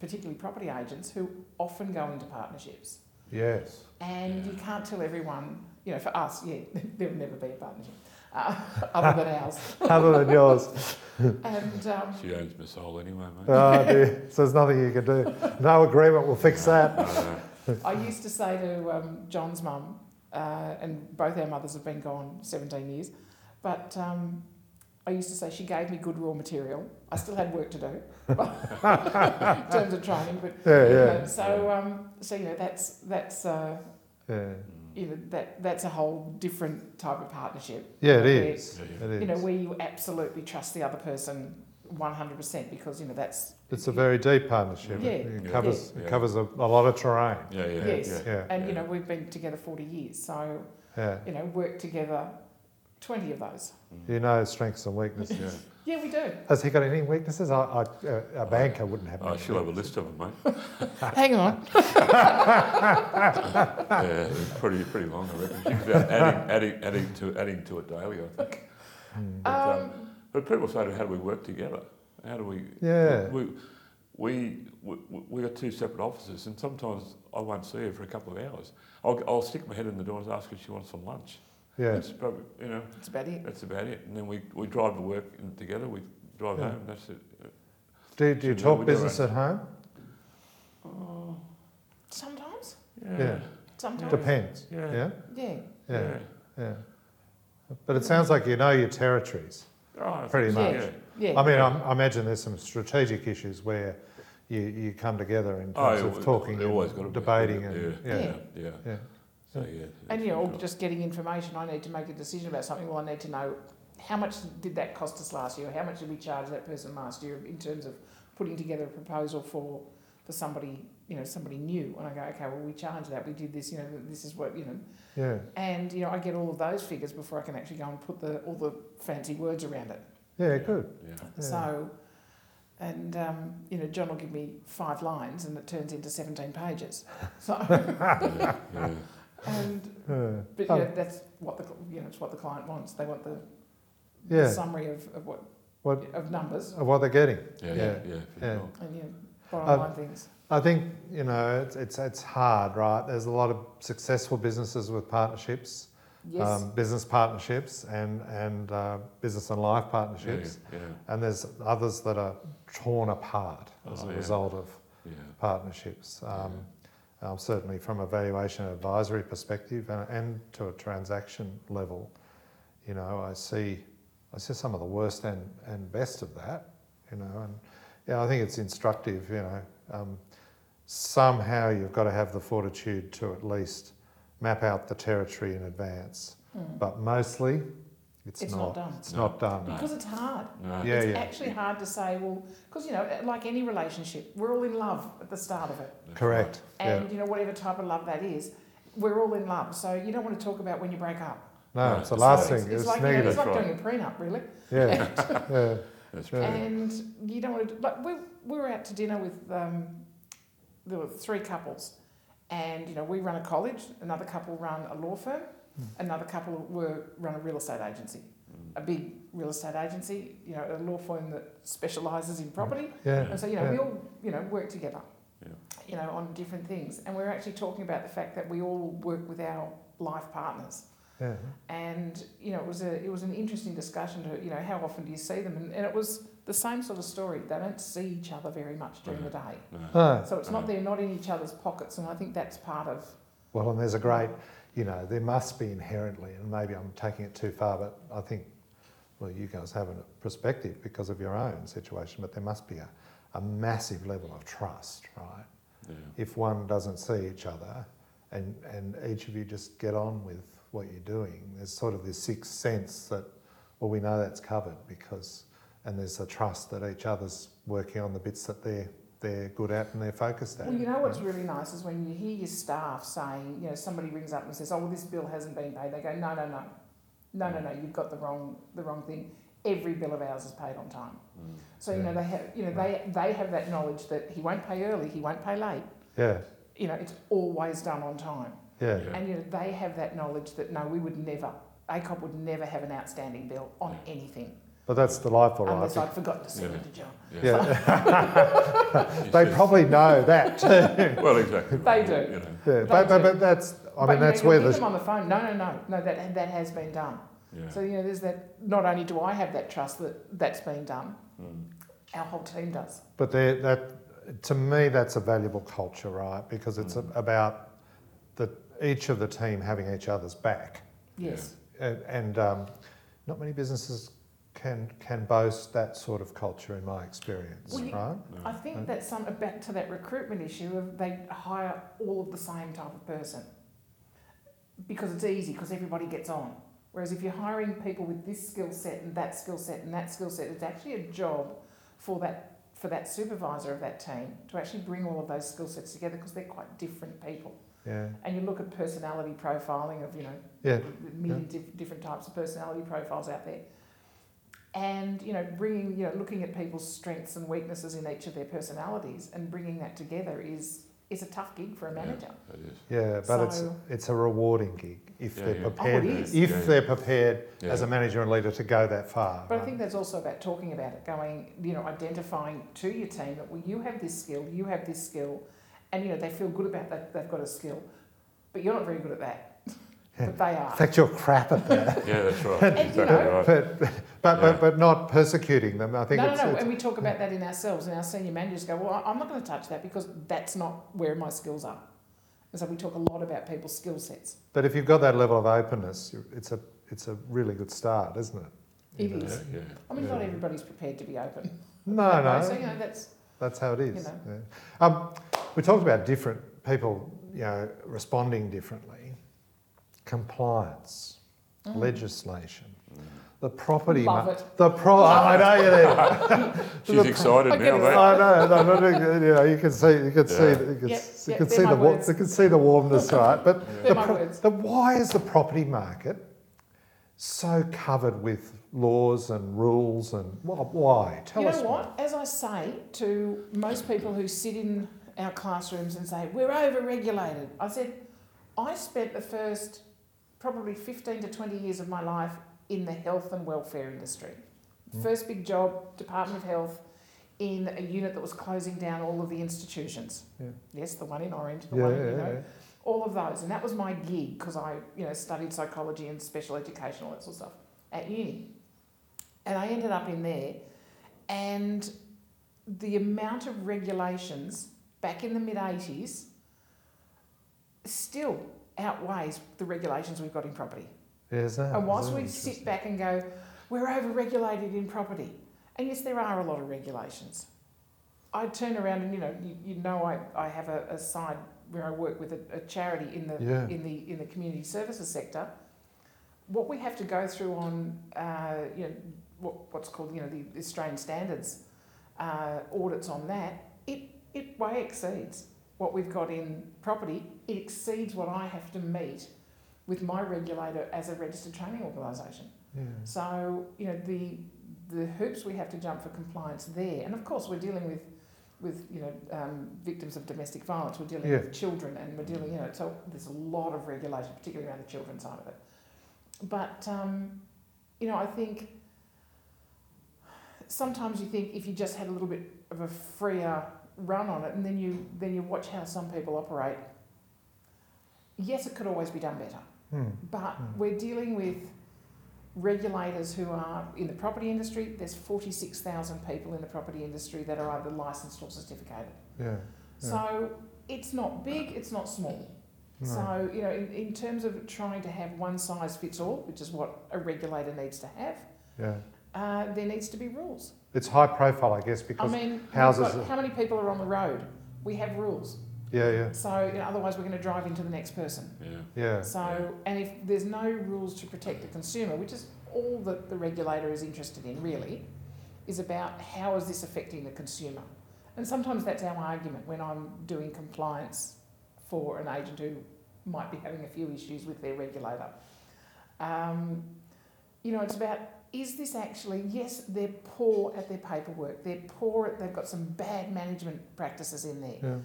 particularly property agents who often go into partnerships,
Yes.
and you
Yeah.
can't tell everyone. You know, for us, yeah, there will never be a partnership uh, other than ours,
Other than yours.
and. Um,
She owns my soul anyway, mate.
Oh, dear. So there's nothing you can do. No agreement will fix that.
No, no,
I used to say to um, John's mum, uh, and both our mothers have been gone 17 years, but um, I used to say she gave me good raw material. I still had work to do in terms of training, but
Yeah.
you
Yeah.
know, so um, so you know that's that's uh,
Yeah. Mm.
you know that that's a whole different type of partnership.
Yeah. It
Where,
is.
Yeah, yeah.
It is.
You know where you absolutely trust the other person 100% because you know that's
It's a very deep partnership.
Yeah.
It
Yeah.
covers, it
Yeah.
covers a, a lot of terrain.
Yeah, yeah,
Yes.
yeah.
Yeah,
and you know we've been together 40 years, so
yeah.
you know worked together 20 of those.
You know his strengths and weaknesses.
Yeah.
Yeah, we do.
Has he got any weaknesses? I, I, a- a banker wouldn't have.
Oh,
many
she'll have a
weaknesses.
list of them, mate.
Hang on.
yeah, it's pretty pretty long, I reckon. She's about adding, adding, adding to adding to it daily, I think.
Mm.
But, um,
Um,
But people say, how do we work together? How do we?
Yeah.
We we we, we got two separate offices, and sometimes I won't see her for a couple of hours. I'll, I'll stick my head in the door and ask her if she wants some lunch.
Yeah,
That's probably you know
that's about it.
that's about it. And then we, we drive to work and together. We drive
Yeah.
home. That's it.
do, do you
She's
talk
over there,
business at home?
Oh,
Sometimes.
yeah.
Yeah.
Sometimes.
Depends.
Yeah.
Yeah,
yeah.
yeah, yeah. But it sounds like you know your territories.
Oh, I think
Pretty
so,
much.
Yeah.
Yeah.
I mean, I'm, I imagine there's some strategic issues where you, you come together in
Oh,
terms
it-
of talking,
it always gotta
and
be-
debating,
yeah,
and
yeah,
yeah, yeah.
yeah, yeah.
yeah.
So yeah.
and you know,
it's-
or just getting information. I need to make a decision about something. Well, I need to know how much did that cost us last year? How much did we charge that person last year in terms of putting together a proposal for for somebody, you know, somebody new? And I go, okay, well, we charged that. We did this. You know, this is what you know.
yeah,
And you know, I get all of those figures before I can actually go and put the all the fancy words around it.
good.
Yeah.
Yeah.
So, and um, you know, John will give me five lines, and it turns into seventeen pages. So,
yeah, yeah.
and
Yeah.
but you
Oh,
know, that's what the cl- you know, it's what the client wants. They want the, the
yeah,
summary of, of what
What-
of numbers
what they're getting.
Yeah,
Yeah.
yeah, yeah, for
Yeah.
sure.
and you know, bottom
Um,
line things.
I think you know it's, it's it's hard, right? There's a lot of successful businesses with partnerships, um,
Yes,
business partnerships, and and uh, business and life
Yeah,
partnerships,
yeah,
and there's others that are torn apart as
Oh,
a
yeah.
result of
yeah,
partnerships. Um, um, certainly, from a valuation and advisory perspective, and, and to a transaction level, you know, I see I see some of the worst and, and best of that, you know, and yeah, I think it's instructive, you know. Um, somehow you've got to have the fortitude to at least map out the territory in advance,
Mm.
but mostly it's,
it's
not.
not, done
It's
No.
not done.
because it's hard.
No.
Yeah,
it's
yeah.
actually hard to say. Well, because you know, like any relationship, we're all in love at the start of it.
that's
Correct. Yeah.
and you know whatever type of love that is we're all in love so you don't want to talk about when you break up
No,
No,
it's the
it's
last
so
thing. It's,
it's like, you know,
negative.
it's like
That's
doing a prenup really
yeah. yeah.
That's true.
and you don't want to. Like we, we were out to dinner with um, there were three couples, and you know we run a college, another couple run a law firm,
Hmm.
another couple were run a real estate agency,
Mm.
a big real estate agency, you know, a law firm that specialises in property.
Yeah.
And so you know
Yeah.
we all you know work together,
Yeah.
you know, on different things, and we we're actually talking about the fact that we all work with our life partners
Yeah.
and you know it was a it was an interesting discussion to you know how often do you see them and, and it was the same sort of story they don't see each other very much during the day
No.
No.
so it's not they're not in each other's pockets and i think that's part of
Well, and there's a great, you know, there must be inherently, and maybe I'm taking it too far, but I think, well, you guys have a perspective because of your own situation, but there must be a, a massive level of trust, right?
Yeah.
If one doesn't see each other and, and each of you just get on with what you're doing, there's sort of this sixth sense that, well, we know that's covered because, and there's a trust that each other's working on the bits that they're, they're good at and they're focused at.
well you know
right?
what's really nice is when you hear your staff saying you know somebody rings up and says oh well this bill hasn't been paid they go no no no no no no you've got the wrong the wrong thing every bill of ours is paid on time
Mm.
so you know
Yeah.
they have you know they they have that knowledge that he won't pay early he won't pay late
Yeah,
you know it's always done on time
yeah.
Yeah.
And you know, they have that knowledge that no, we would never, ACOP would never have an outstanding bill on anything
But that's the life of
unless
life.
I'd forgotten to send
Yeah.
it to John.
Yeah,
You
they
said-
probably know that. too.
Well, exactly.
They
right,
do.
You know.
yeah, but, but, but that's, I mean,
but,
that's
you know,
where
you'll hear
the.
them on the phone. No, no, no, no. That that has been done.
Yeah.
So you know, there's that. Not only do I have that trust that that's been done,
Mm.
our whole team does.
But they're- that, to me, that's a valuable culture, right? Because it's a-
Mhm.
about the, each of the team having each other's back.
Yes.
And, and um, not many businesses can, can boast that sort of culture, in my experience,
Well, you-
right?
No.
I think that's some back to that recruitment issue of they hire all of the same type of person because it's easy because everybody gets on. Whereas if you're hiring people with this skill set and that skill set and that skill set, it's actually a job for that for that supervisor of that team to actually bring all of those skill sets together because they're quite different people.
Yeah,
And you look at personality profiling of you know
yeah,
a million diff- different types of personality profiles out there. And you know, bringing you know, looking at people's strengths and weaknesses in each of their personalities and bringing that together is is a tough gig for a
Yeah.
manager.
That is.
yeah. But it's,
So-
it's a rewarding gig if
Yeah,
they're
yeah. Oh, it
prepared.
is.
If
Yeah, yeah.
they're prepared
Yeah.
as a manager and leader to go that far.
But I
right?
think that's also about talking about it, going you know, identifying to your team that well, you have this skill, you have this skill, and you know they feel good about that they've got a skill, but you're not very good at that,
Yeah.
but they
In
are.
fact, you're crap at that.
Yeah, that's right.
And, you
exactly
know-
right.
but, but, but,
Yeah.
but not persecuting them. I think
No, no,
it's,
no.
it's-
And we talk about that in ourselves, and our senior managers go, "Well, I- I'm not going to touch that because that's not where my skills are." And so we talk a lot about people's skill sets.
but if you've got that level of openness, you- it's a it's a really good start, isn't it?
It
You know?
is.
Yeah,
I mean, not
Yeah.
everybody's prepared to be open.
No,
Right?
no,
So you know, that's
that's how it is.
know.
yeah. um, we talked about different people, you know, responding differently. Compliance,
Mm.
legislation, the property.
Love
mar-
it.
The pro. I know you there.
yeah.
The
She's
pro-
excited
I get
now,
it.
mate.
I know, no, no, no, you know, you can see, you can see,
Yeah.
you can,
Yep,
s- you
yep,
can
they're
see
my
the wa-
words.
you can see the warmness, right? But
they're
the,
my
pro-
words.
the why is the property market so covered with laws and rules and wh- why? Tell
you
us
know what? As I say to most people who sit in our classrooms and say we're over-regulated, I said I spent the first probably 15 to 20 years of my life in the health and welfare industry.
Mm.
First big job, Department of Health, in a unit that was closing down all of the institutions.
Yeah.
Yes, the one in Orange, the
Yeah,
one
yeah,
you know,
yeah.
all of those, and that was my gig because I, you know, studied psychology and special education, all that sort of stuff at uni, and I ended up in there, and the amount of regulations back in the mid '80s still outweighs the regulations we've got in property.
Yeah, is that-
And whilst
is that
we sit back and go, we're over-regulated in property, and yes, there are a lot of regulations. I turn around and you know, you, you know, I, I have a, a side where I work with a, a charity in the
Yeah.
in the in the community services sector. What we have to go through on, uh, you know, what, what's called you know the Australian standards uh, audits on that, it it way exceeds what we've got in property. It exceeds what I have to meet with my regulator as a registered training organisation.
Yeah.
So you know the the hoops we have to jump for compliance there, and of course we're dealing with with you know um, victims of domestic violence. We're dealing
Yeah.
with children, and we're dealing you know so there's a lot of regulation, particularly around the children side of it. But um, you know I think sometimes you think if you just had a little bit of a freer run on it, and then you then you watch how some people operate. Yes, it could always be done better.
Hmm.
But
Mm.
we're dealing with regulators who are in the property industry. There's 46,000 people in the property industry that are either licensed or certificated.
Yeah. Yeah.
So it's not big, it's not small.
No.
So, you know, in, in terms of trying to have one size fits all, which is what a regulator needs to have,
yeah.
uh, there needs to be rules.
It's high profile, I guess, because
I mean, we've
houses
got-
are-
how many people are on the road? We have rules.
yeah, yeah,
So, you know, otherwise, we're going to drive into the next person.
Yeah.
yeah,
So, and if there's no rules to protect the consumer, which is all that the regulator is interested in really, is about how is this affecting the consumer? And sometimes that's our argument when I'm doing compliance for an agent who might be having a few issues with their regulator. Um, you know, it's about is this actually, yes, they're poor at their paperwork, they're poor at, they've got some bad management practices in there
yeah,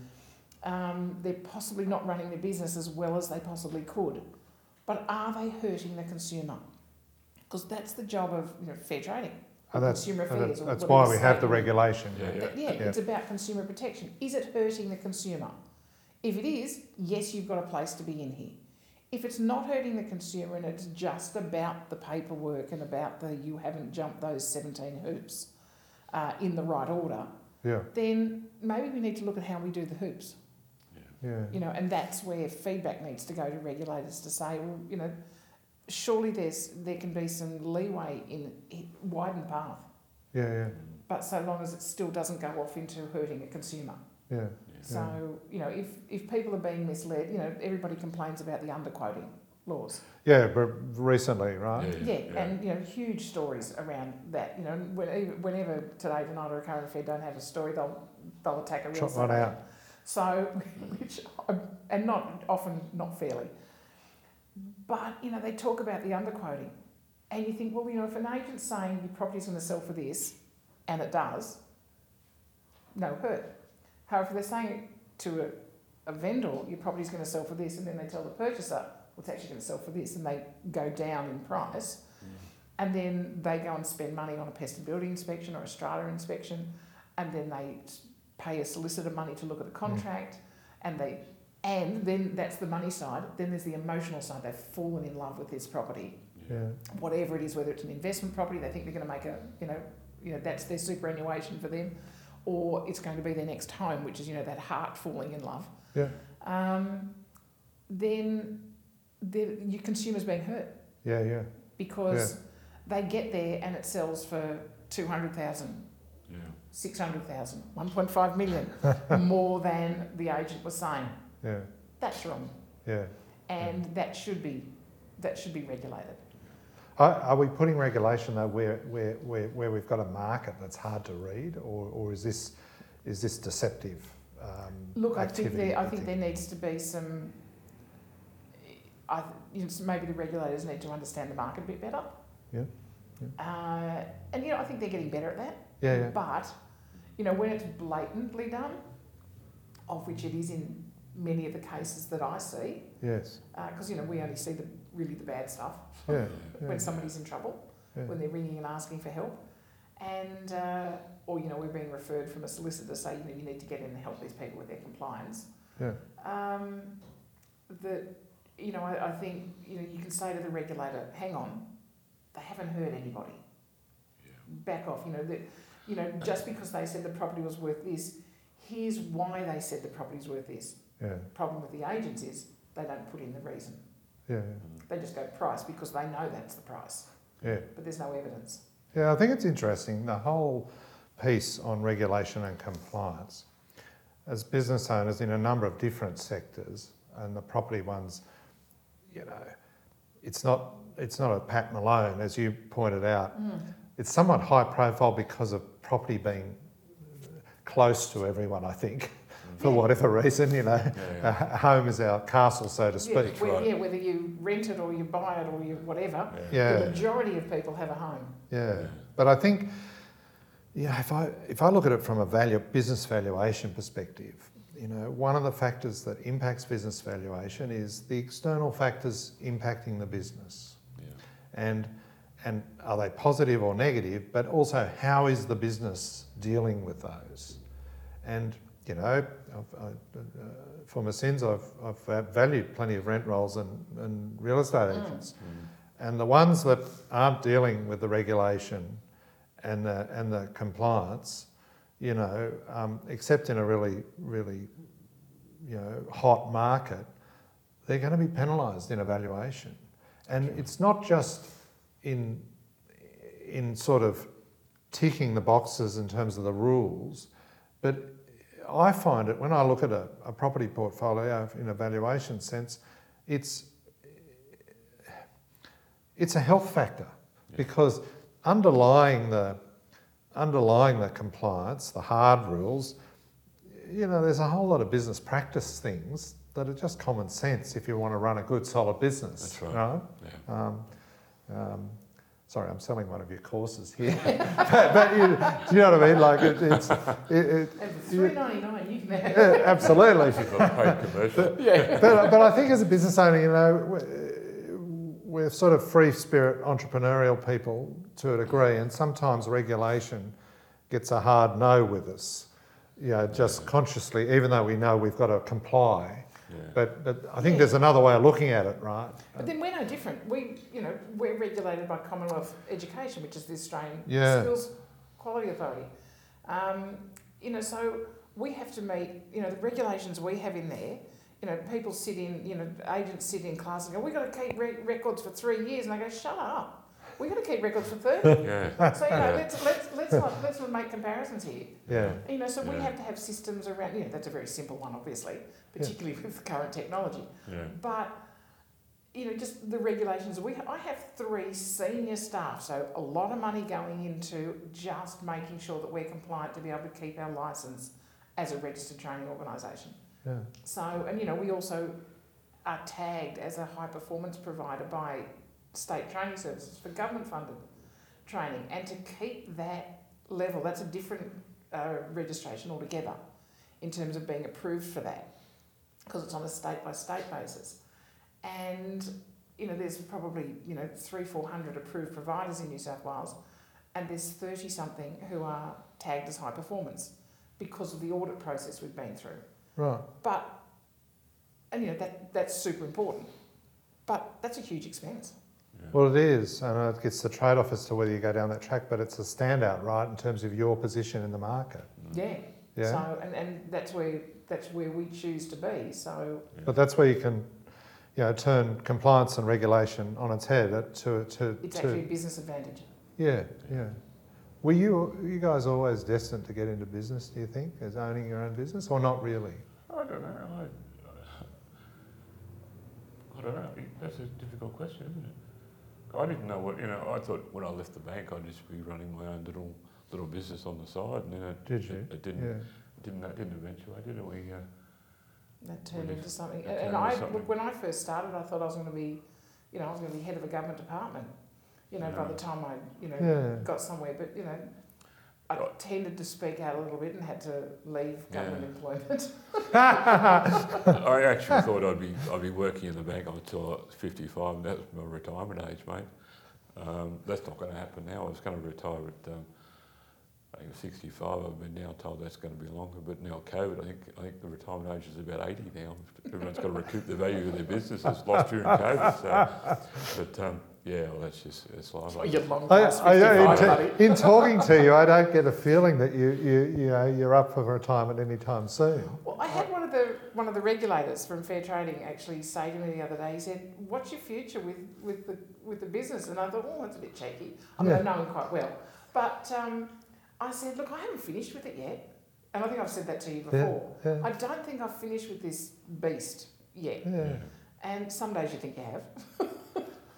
um, they're possibly not running their business as well as they possibly could. But are they hurting the consumer? Because that's the job of you know, fair trading,
and Oh, that's
consumer
and
affairs.
that-
or
that's
whatever
why we have the
state-
regulation.
Yeah,
Th- Yeah,
Yeah.
it's about consumer protection. Is it hurting the consumer? If it is, yes, you've got a place to be in here. If it's not hurting the consumer and it's just about the paperwork and about the you haven't jumped those 17 hoops uh, in the right order,
Yeah,
then maybe we need to look at how we do the hoops.
yeah,
you know, and that's where feedback needs to go to regulators to say, well, you know, surely there's there can be some leeway in it, widened path,
yeah, yeah,
but so long as it still doesn't go off into hurting a consumer.
yeah,
So you know, if if people are being misled, you know, everybody complains about the underquoting laws.
yeah. But recently, right?
Yeah, and you know, huge stories around that. You know, whenever, whenever today, tonight, or a current affair don't have a story, they'll they'll attack a real
Trot one
subject.
out.
So, which, and not often, not fairly. But, you know, they talk about the underquoting. And you think, well, you know, if an agent's saying your property's going to sell for this, and it does, no hurt. However, they're saying to a, a vendor, your property's going to sell for this, and then they tell the purchaser, well, it's actually going to sell for this, and they go down in price, and then they go and spend money on a pest and building inspection or a strata inspection, and then they s- pay a solicitor money to look at the contract, and they and then that's the money side. Then there's the emotional side. They've fallen in love with this property,
Yeah,
whatever it is, whether it's an investment property, they think they're going to make a, you know, you know that's their superannuation for them, or it's going to be their next home, which is you know that heart falling in love.
Yeah.
Um, then the, your consumer's being hurt
yeah, yeah,
because they get there and it sells for two hundred thousand,
Yeah.
600,000, 1.5 million more than the agent was saying.
yeah,
That's wrong,
yeah. Mm.
and that should be that should be regulated.
Are, are we putting regulation though where, where, where, where we've got a market that's hard to read, or, or is this is this deceptive? Um,
Look, I think
activity,
there I think there needs to be some. I th- you know, so maybe the regulators need to understand the market a bit better.
Yeah, yeah.
Uh, and you know, I think they're getting better at that.
Yeah, yeah.
But, you know, when it's blatantly done, of which it is in many of the cases that I see,
Yes.
because you know we only see the really the bad stuff.
Yeah. yeah.
when somebody's in trouble,
Yeah.
when they're ringing and asking for help, and uh, or you know we're being referred from a solicitor to say you know you need to get in and help these people with their compliance.
Yeah.
Um, that you know I, I think you know you can say to the regulator, hang on, they haven't hurt anybody.
Yeah.
Back off, you know that you know just because they said the property was worth this, here's why they said the property's worth this.
Yeah.
Problem with the agents is they don't put in the reason.
Yeah.
They just go price because they know that's the price
Yeah.
but there's no evidence.
Yeah, I think it's interesting the whole piece on regulation and compliance. As business owners in a number of different sectors, and the property ones, you know, it's not it's not a Pat Malone as you pointed out. It's somewhat high profile because of property being close to everyone. I think for whatever reason, you know.
Yeah,
Uh, home is our castle, so to
yeah,
speak.
That's
we-
right.
yeah, whether you rent it or you buy it or you whatever, the
Yeah,
majority of people have a home.
yeah. But I think, yeah, if I if I look at it from a value business valuation perspective, you know, one of the factors that impacts business valuation is the external factors impacting the business,
yeah.
and and are they positive or negative? But also, how is the business dealing with those? And you know, I've, I, uh, for my sins, I've I've valued plenty of rent rolls and, and real estate
Mm.
agents.
Mm.
And the ones that aren't dealing with the regulation and the, and the compliance, you know, um, except in a really, really, you know, hot market, they're going to be penalised in evaluation. And it's not just in, in sort of ticking the boxes in terms of the rules, but I find it when I look at a, a property portfolio in a valuation sense, it's it's a health factor
Yeah.
because underlying the underlying the compliance, the hard rules, you know, there's a whole lot of business practice things that are just common sense if you want to run a good, solid business.
That's right.
right?
Yeah.
Um, um, sorry, I'm selling one of your courses here, but, but you, do you know what I mean? Like it, it's it, it,
And for
Yeah.
three ninety nine, you can have.
yeah, absolutely.
This is a paid commercial.
Yeah.
but, but I think as a business owner, you know, we- we're sort of free spirit entrepreneurial people to a degree, and sometimes regulation gets a hard no with us. You know, just consciously, even though we know we've got to comply.
Yeah.
But, but I think there's another way of looking at it, right?
But then we're no different. We, you know, we're regulated by Commonwealth Education, which is the Australian
Yeah.
Schools Quality Authority. Um, you know, so we have to meet, you know, the regulations we have in there. You know, people sit in, you know, agents sit in class and go, we've got to keep re- records for three years. And I go, shut up. We've got to keep records for 30.
Yeah.
so, you know,
Yeah.
let's, let's, let's, not, let's not make comparisons here.
Yeah.
You know, so we
Yeah.
have to have systems around, you know, that's a very simple one, obviously, particularly with the current technology.
Yeah.
But you know, just the regulations. We I have three senior staff, so a lot of money going into just making sure that we're compliant to be able to keep our license as a registered training organisation.
Yeah.
So, and you know, we also are tagged as a high performance provider by state training services for government funded training, and to keep that level, that's a different uh, registration altogether in terms of being approved for that because it's on a state by state basis. And you know, there's probably you know three, four hundred approved providers in New South Wales, and there's thirty something who are tagged as high performance because of the audit process we've been through.
Right.
But and you know that that's super important. But that's a huge expense.
Yeah.
Well, it is, and it gets the trade-off as to whether you go down that track. But it's a standout, right, in terms of your position in the market.
Mm.
Yeah.
Yeah.
So and, and that's where that's where we choose to be. So
But that's where you can, you know, turn compliance and regulation on its head uh, to to,
it's
to
actually a business advantage.
yeah yeah. Were you you guys always destined to get into business? Do you think as owning your own business or not really?
I don't know. I, I don't know. That's a difficult question, isn't it? I didn't know what you know. I thought when I left the bank, I'd just be running my own little little business on the side, and then it,
Did
it-
you?
It, didn't. Didn't that didn't eventuate, did it? We. Uh,
That turned
What if
into something.
that
And
turned into
I,
something?
look, when I first started, I thought I was going to be, you know, I was going to be head of a government department. You know, by the
Yeah.
time I, you know,
Yeah. Yeah.
got somewhere, but you know, I
Right.
tended to speak out a little bit and had to leave government
Yeah.
employment.
I actually thought I'd be I'd be working in the bank until I was 55. That's my retirement age, mate. Um, that's not going to happen now. I was going to retire at um, I think 65. I've been now told that's going to be longer. But now COVID, I think I think the retirement age is about 80 now. Everyone's got to recoup the value of their businesses lost during COVID. So, but um, yeah, well, that's just it's life.
Oh, you're long
I,
past
I, in,
55,
ta-
buddy.
in talking to you, I don't get a feeling that you, you, you know, you're up for retirement anytime soon.
Well, I had one of the one of the regulators from Fair Trading actually say to me the other day. He said, "What's your future with with the with the business?" And I thought, "Oh, that's a bit cheeky." I mean,
Yeah.
I know him quite well, but um, I said, "Look, I haven't finished with it yet," and I think I've said that to you before.
Yeah.
I don't think I've finished with this beast yet.
yeah.
And some days you think you have,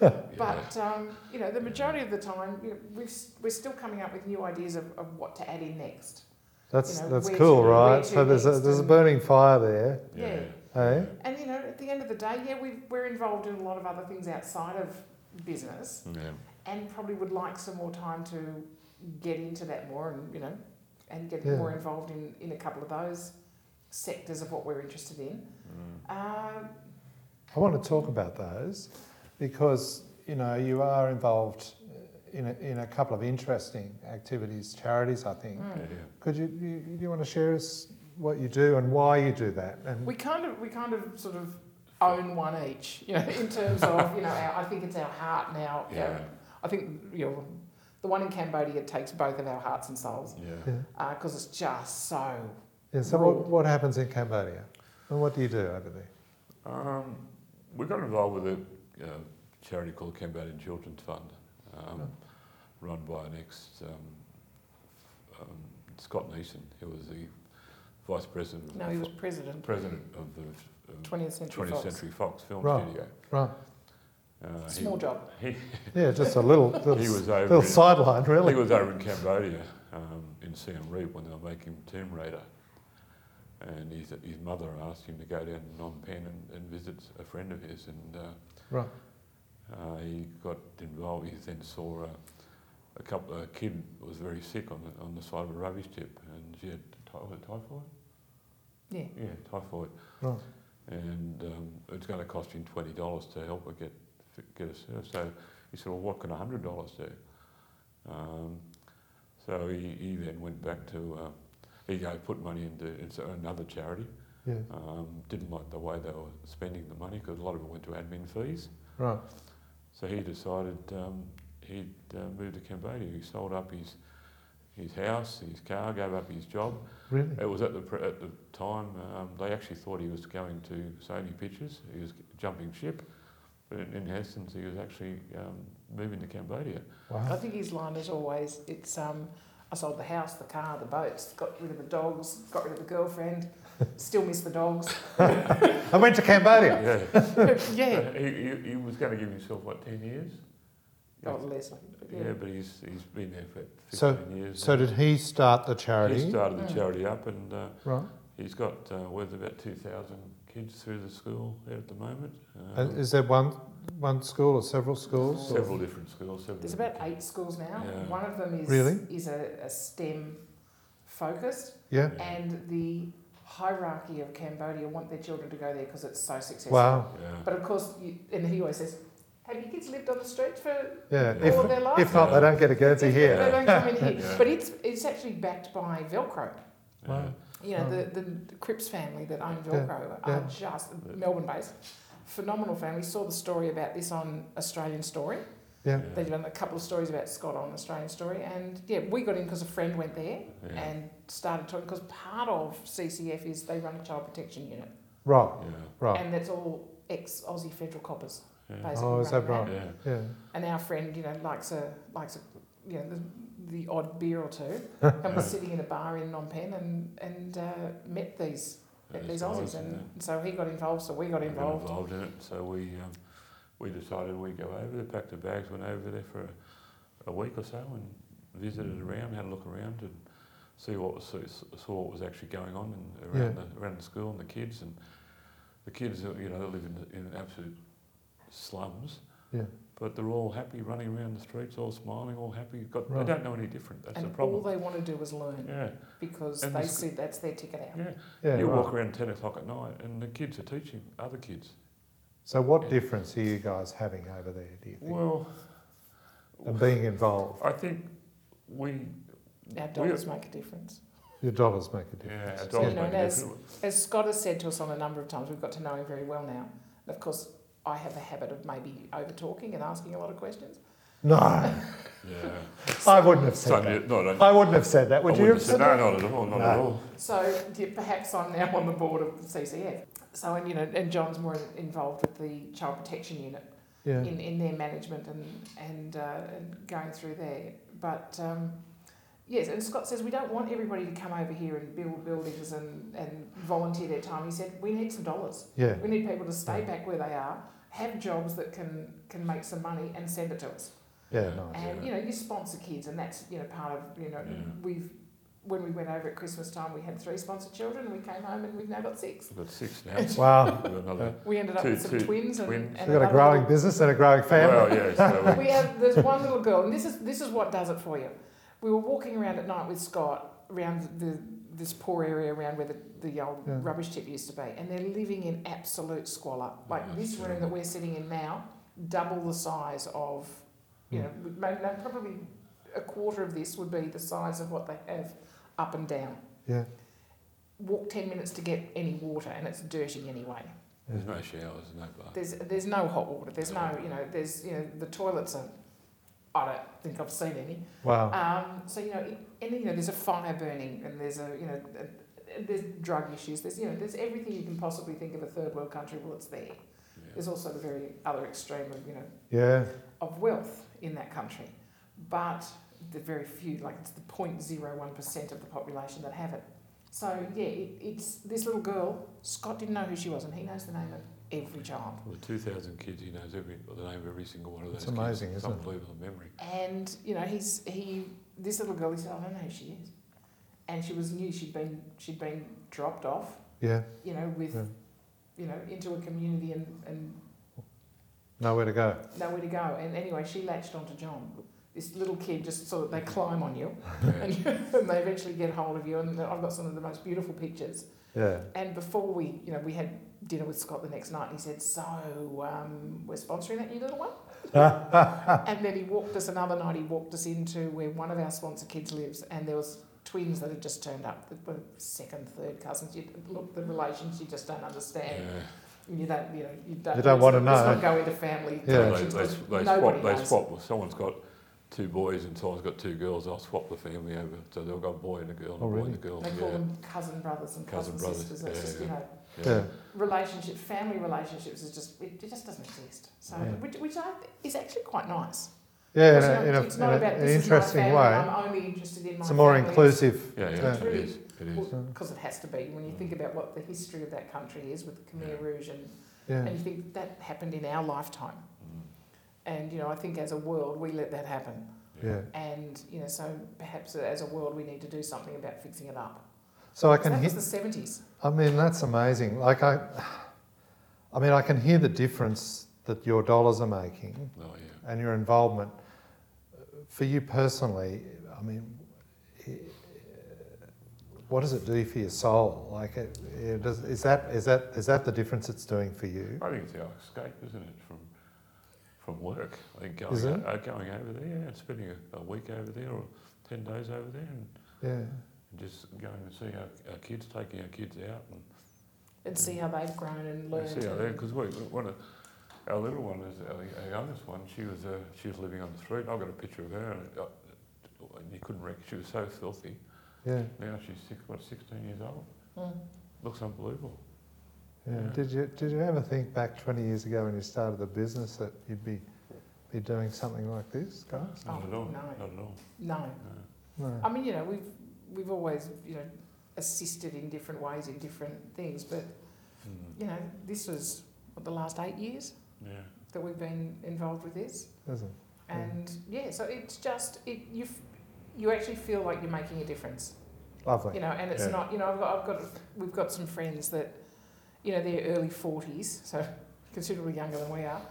Yeah.
but um, you know, the majority of the time, you know, we've, s- we're still coming up with new ideas of, of what to add in next.
That's
know,
that's
where
cool,
to- where
right?
to
So there's a
next
there's a
and-
burning fire there,
Yeah.
eh?
And you know, at the end of the day, yeah, we we're involved in a lot of other things outside of business,
yeah.
and probably would like some more time to get into that more, and you know, and get
Yeah.
more involved in in a couple of those sectors of what we're interested in.
Mm.
Um,
I want to talk about those because you know you are involved in a, in a couple of interesting activities, charities. I think.
mm.
Yeah,
Could you you, do you want to share us what you do and why you do that? And
We kind of we kind of sort of own one each, you know, in terms of you know, our, I think it's our heart now.
yeah, yeah,
our- I think you know, the one in Cambodia takes both of our hearts and souls
yeah.
yeah,
because it's just so
yeah, so what, what happens in Cambodia, and what do you do over there?
Um, we got involved with a uh, charity called Cambodian Children's Fund, um, run by an ex um, um, Scott Neeson, who was the vice president of
No, he was president.
president of the of
20th Century
20th
Fox.
Century Fox Film
Right.
Studio.
Right.
Uh,
Small job.
he, he,
Yeah, just a little little,
he was over.
little
in-
sideline, really.
He was over in Cambodia um, in Siem Reap when they were making Tomb Raider. And his, his mother asked him to go down to Phnom Penh and, and visit a friend of his. And uh,
Right.
uh, he got involved. He then saw a, a couple. A kid was very sick on the, on the side of a rubbish tip, and she had ty- was it typhoid.
Yeah.
Yeah, typhoid.
Right.
And um, it's going to cost him twenty dollars to help her get fi- get a service. So he said, "Well, what can hundred dollars do?" Um, so he, he then went back to uh, he go put money into into another charity.
Yeah.
Um, didn't like the way they were spending the money because a lot of it went to admin fees.
Right.
So he decided um, he'd uh, move to Cambodia. He sold up his his house, his car, gave up his job.
Really.
It was at the pr- at the time um, they actually thought he was going to Sony Pictures. He was jumping ship, but in, in essence, he was actually um, moving to Cambodia.
I
Wow.
think his line is always, it's, um, I sold the house, the car, the boats, got rid of the dogs, got rid of the girlfriend, still miss the dogs.
I went to Cambodia.
yeah,
yeah.
he, he, he was going to give himself what ten years.
Oh, Leslie.
yeah.
Yeah.
but he's he's been there for fifteen
So-
years.
So did he start the charity?
he started the
Mm.
charity up, and uh,
Right.
he's got uh, worth about two thousand kids through the school there at the moment. Um,
And Uh, is there one one school or several schools? or-
several different schools. Several
There's
different
about eight schools now.
Yeah.
One of them is,
Really?
is a, a STEM focused,
Yeah.
Yeah.
and the hierarchy of Cambodia want their children to go there because it's so successful.
Wow.
Yeah.
But of course, you, and he always says, have your kids lived on the streets for
Yeah.
Yeah.
all of
If,
their life?
if not, they don't get a Guernsey
They
here.
don't come in here.
Yeah.
But it's it's actually backed by Velcro.
yeah.
Wow.
You know, the, the Cripps family that own Velcro
Oh. yeah.
are just Melbourne based. Phenomenal family. Saw the story about this on Australian Story.
Yeah.
They've done a couple of stories about Scott on Australian Story. And yeah, we got in because a friend went there
Yeah.
and started talking. Because part of CCF is they run a child protection unit.
Right.
Yeah.
Oh.
Right.
And that's all ex Aussie federal coppers,
Yeah.
basically.
Oh, is that
running
right?
Yeah.
Yeah.
and our friend, you know, likes a likes a, you know, the, the odd beer or two, and was sitting in a bar in Phnom Penh and and uh, met these
Yeah,
these
it's
Aussies,
nice,
and
yeah.
so he got involved, so we got
We
involved.
involved in it. So we um, we decided we'd go over there, packed the bags, went over there for a, a week or so, and visited around, had a look around, and see what was, saw what was actually going on and around
Yeah.
the, around the school and the kids and the kids. who, You know, they live in, in absolute slums.
Yeah.
But they're all happy, running around the streets, all smiling, all happy. Got,
Right.
They don't know any different. That's
and
the problem.
all they want to do is learn
yeah,
because
And
they
this-
see that's their ticket out.
yeah.
Yeah.
you
right.
walk around ten o'clock at night, and the kids are teaching other kids.
So what difference are you guys having over there? Do you think?
Well,
and being involved,
I think we
Our
we-
dollars make a difference.
your dollars make a difference.
Yeah,
Yeah.
dollars
You know,
make a
there's-
difference.
As Scott has said to us on a number of times, we've got to know him very well now. And of course, I have a habit of maybe over talking and asking a lot of questions.
No,
Yeah.
I wouldn't have
So,
said
no,
that.
no, no,
I wouldn't have said that.
I
Would you
wouldn't
have
say-
said
No,
that?
not at all, not
No.
at all.
So yeah, perhaps I'm now on the board of CCF. So and you know, and John's more involved with the child protection unit
Yeah.
in, in their management and and, uh, and going through there. But um, yes, and Scott says we don't want everybody to come over here and build buildings and, and volunteer their time. He said we need some dollars.
Yeah.
We need people to stay back where they are, have jobs that can can make some money and send it to us.
Yeah. Nice.
And you know, you sponsor kids, and that's you know part of you know
Yeah.
we've when we went over at Christmas time, we had three sponsored children, and we came home and we've now got six.
We've got six now. so
Wow.
we've got another.
We ended up
Two-
with some
two
twins, and,
twins.
We've
and
got a
another
growing
little-
business and a growing family.
Well, yeah, uh, so we-
we have there's one little girl, and this is this is what does it for you. We were walking around at night with Scott around the this poor area around where the, the old
Yeah.
rubbish tip used to be, and they're living in absolute squalor. Like
Yeah,
this
sure.
room that we're sitting in now, double the size of, you know, maybe, no, probably a quarter of this would be the size of what they have up and down.
Yeah.
Walk ten minutes to get any water, and it's dirty anyway.
there's no showers, no bath.
There's there's no hot water. There's no you know there's you know the toilets are. I don't think I've seen any.
Wow.
Um, so you know, it- and you know, there's a fire burning, and there's a you know, a- a- there's drug issues. There's you know, there's everything you can possibly think of a third world country. Well, it's there.
Yeah.
There's also the very other extreme of you know
Yeah.
of wealth in that country, but the very few, like it's the 0.01 percent of the population that have it. So yeah, it, it's this little girl. Scott didn't know who she was, and he knows the name of every child.
Well, the 2,000 kids, he knows every, the name of every single one of those
It's amazing,
kids.
isn't it?
it's unbelievable memory.
And you know, he's he this little girl. He said, "I don't know who she is," and she was new. She'd been she'd been dropped off,
Yeah.
you know, with
Hmm.
Yeah.
you know into a community and, and
Nowhere to go.
nowhere to go. And anyway, she latched onto John. This little kid just sort of they climb on you,
Yeah.
and, and they eventually get hold of you. And I've got some of the most beautiful pictures.
Yeah.
And before we, you know, we had dinner with Scott the next night. And he said, "So um, we're sponsoring that new little one." and then he walked us another night. He walked us into where one of our sponsor kids lives, and there was twins that had just turned up, that were second, third cousins. You, look, the relations you just don't understand.
Yeah.
You don't, you know, you don't.
You don't wanna
let's- Let's
know.
not go into family.
Yeah.
They,
connections
they,
'cause
they
nobody
swap. They
knows.
swap. Well, someone's got two boys and someone's got two girls. I'll swap the family over, so they'll go a boy and a girl, and
Oh,
a boy
really?
and a girl.
They call them cousin brothers and cousin,
Cousin brothers,
sisters. It's
yeah,
just, you
yeah.
know,
Yeah.
relationship, family relationships is just it, it just doesn't exist. So,
Yeah.
which, which I think is actually quite nice.
Yeah.
Because, you
In,
know,
a, in,
it's
a,
not
in
about
a, an
this is my
interesting
family,
way.
I'm only interested in my
It's a more
family.
inclusive.
Yeah, yeah,
Yeah.
it is. It is.
Yeah.
because it has to be. When you think about what the history of that country is with the Khmer Rouge, and,
Yeah.
and you think that happened in our lifetime,
Mm.
and you know, I think as a world we let that happen,
Yeah.
and you know, so perhaps as a world we need to do something about fixing it up.
So I
So
can
that
hear.
was the seventies.
I mean, that's amazing. Like I, I mean, I can hear the difference that your dollars are making
Oh yeah.
and your involvement. For you personally, I mean, i- what does it do for your soul? Like, it, it does, is that is that is that the difference it's doing for you?
I think it's our escape, isn't it, from from work? I think going,
Is it?
o- going over there and spending a, a week over there or ten days over there, and
Yeah,
just going and see our, our kids, taking our kids out, and
And see how they've grown and
Yeah,
learned.
See how
and-
they because we we- one of our little one is our, our youngest one. She was uh, she was living on the street. I got a picture of her, and, it, uh, and you couldn't rec She was so filthy.
yeah,
Now she's six, what sixteen years old.
Mm.
Looks unbelievable.
yeah.
Yeah.
Did you did you ever think back twenty years ago when you started the business that you'd be be doing something like this, guys?
Not
Oh,
at all.
no.
Not at all.
No,
No.
No.
I mean, you know, we've we've always you know assisted in different ways in different things, but
Mm.
you know, this was what, the last eight years
Yeah.
that we've been involved with this.
Isn't it? Yeah.
and yeah, so it's just it you f- you actually feel like you're making a difference,
lovely?
you know, and it's
Yeah.
not you know I've got I've got we've got some friends that you know they're early forties, so considerably younger than we are,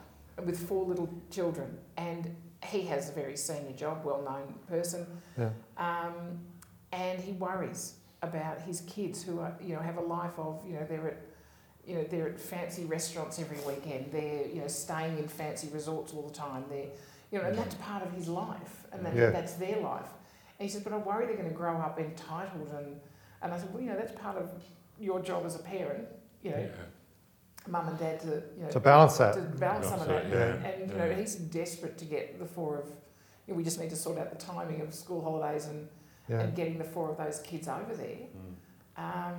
with four little children, and he has a very senior job, well known person,
Yeah.
um, and he worries about his kids who are you know have a life of you know they're at you know they're at fancy restaurants every weekend they're you know staying in fancy resorts all the time they're you know and that's part of his life and that,
Yeah.
that's their life and he says but I worry they're going to grow up entitled and and I said well you know that's part of your job as a parent you know
Yeah.
mum and dad to you know
To balance that.
to balance some of that.
Yeah.
And you know, he's desperate to get the four of. You know, we just need to sort out the timing of school holidays and,
Yeah.
and getting the four of those kids over there
Mm.
um,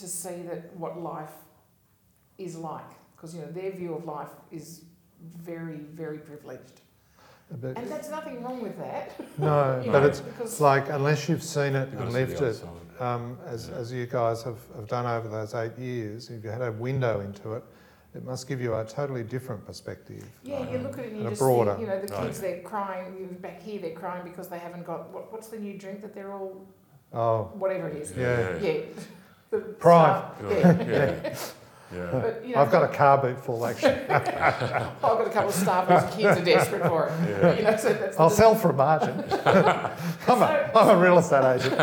to see that what life is like because you know their view of life is very very privileged
But,
and that's nothing wrong with that
no,
you
but
know,
it's, it's
because
like unless you've seen it
You've got
and
to see the
lived
other
it,
side.
um, as,
Yeah.
as you guys have, have done over those eight years, if you had a window into it, it must give you a totally different perspective.
yeah you look at it and you
And a
just
broader.
think you know the
Right.
kids they're crying you know, back here they're crying because they haven't got what, what's the new drink that they're all
Oh,
whatever it is.
Yeah.
Yeah. The
Prime.
start- Yeah.
Yeah. yeah. yeah.
But, you know,
I've got a car boot full actually.
I've got a couple of staff whose kids are desperate for it.
Yeah.
You know, so that's
I'll
the-
sell for a margin. I'm, a,
So-
I'm a real estate agent.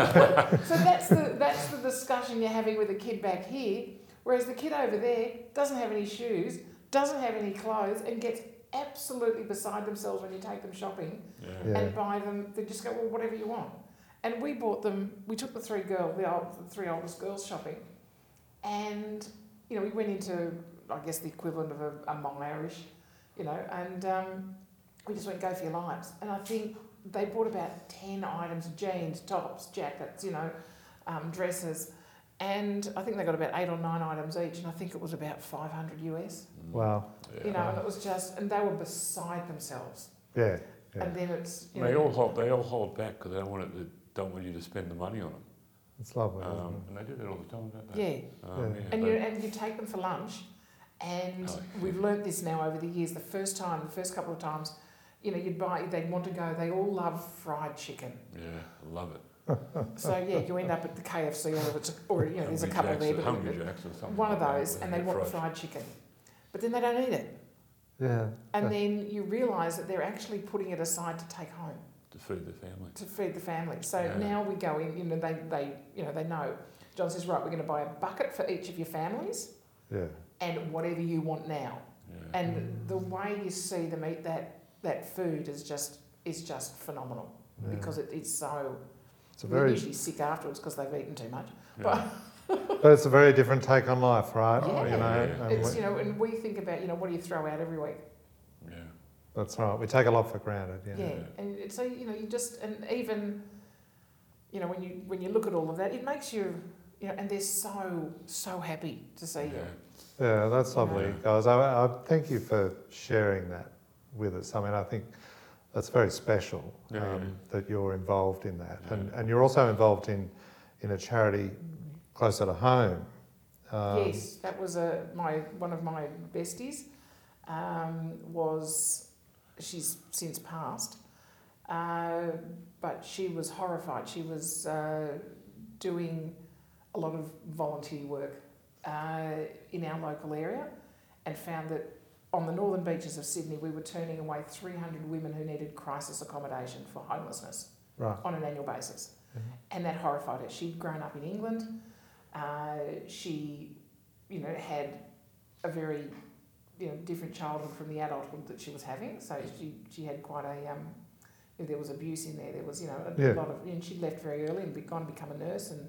So that's the that's the discussion you're having with the kid back here, whereas the kid over there doesn't have any shoes, doesn't have any clothes, and gets absolutely beside themselves when you take them shopping
Yeah.
Yeah.
and buy them. They just go, well, whatever you want. And we bought them. We took the three girl, the, old, the three oldest girls shopping, and you know we went into I guess the equivalent of a, a Myer-ish, you know, and um, we just went go for your lives. And I think they bought about ten items: jeans, tops, jackets, you know, um, dresses. And I think they got about eight or nine items each, and I think it was about 500 US.
Mm.
Wow.
Yeah.
You know, and it was just, and they were beside themselves.
Yeah.
And then it's, you
They
know,
all hold. They all hold back because they don't want it. They don't want you to spend the money on them.
It's lovely. isn't
Um, and they do that all the time, don't they?
yeah.
Um,
Yeah.
And you
they-
and you take them for lunch, and
Oh, yeah.
we've learnt this now over the years. The first time, the first couple of times, you know, you'd buy, they'd want to go. They all love fried chicken,
yeah, love it.
so yeah, you end up at the KFC or it's or you know, there's a couple
Hungry Jacks or
there, but
Hungry Jacks or something.
one of
like that,
those,
where
and they
get
want
fried
fried chicken, but then they don't eat it,
it? Yeah.
and
Yeah.
then you realise that they're actually putting it aside to take home.
to feed their family.
to feed the family. So
Yeah.
now we go in, you know, they, they, you know, they know. John says, right, we're going to buy a bucket for each of your families
Yeah.
and whatever you want now.
Yeah.
Mm-hmm.
And the way you see them eat that, that food is just, is just phenomenal
yeah.
because it, it's so,
it's a
they're
very,
usually sick afterwards because they've eaten too much.
yeah.
but it's a very different take on life, right?
Yeah.
You know,
Yeah.
and
It's,
we-
you know, and we think about, you know, what do you throw out every week?
yeah.
that's right. We take a lot for granted. Yeah.
Yeah, and it- so you know, you just and even, you know, when you when you look at all of that, it makes you, you know, and they're so so happy to see you.
Yeah, that's
You know?
lovely, guys. I, I thank you for sharing that with us. I mean, I think that's very special um,
Yeah, yeah, yeah.
that you're involved in that, and,
Yeah.
and you're also involved in in a charity closer to home. Um,
yes, that was a my one of my besties, um, was, she's since passed, uh, but she was horrified. She was uh, doing a lot of volunteer work uh, in our local area, and found that on the northern beaches of Sydney, we were turning away 300 women who needed crisis accommodation for homelessness
Right.
on an annual basis.
Mhm.
And that horrified her. She'd grown up in England. Uh, she, you know, had a very, you know, different childhood from the adulthood that she was having. So she, she had quite a, um, you know, there was abuse in there. There was, you know, a
Yeah.
lot of, and she left very early and be, gone and become a nurse. And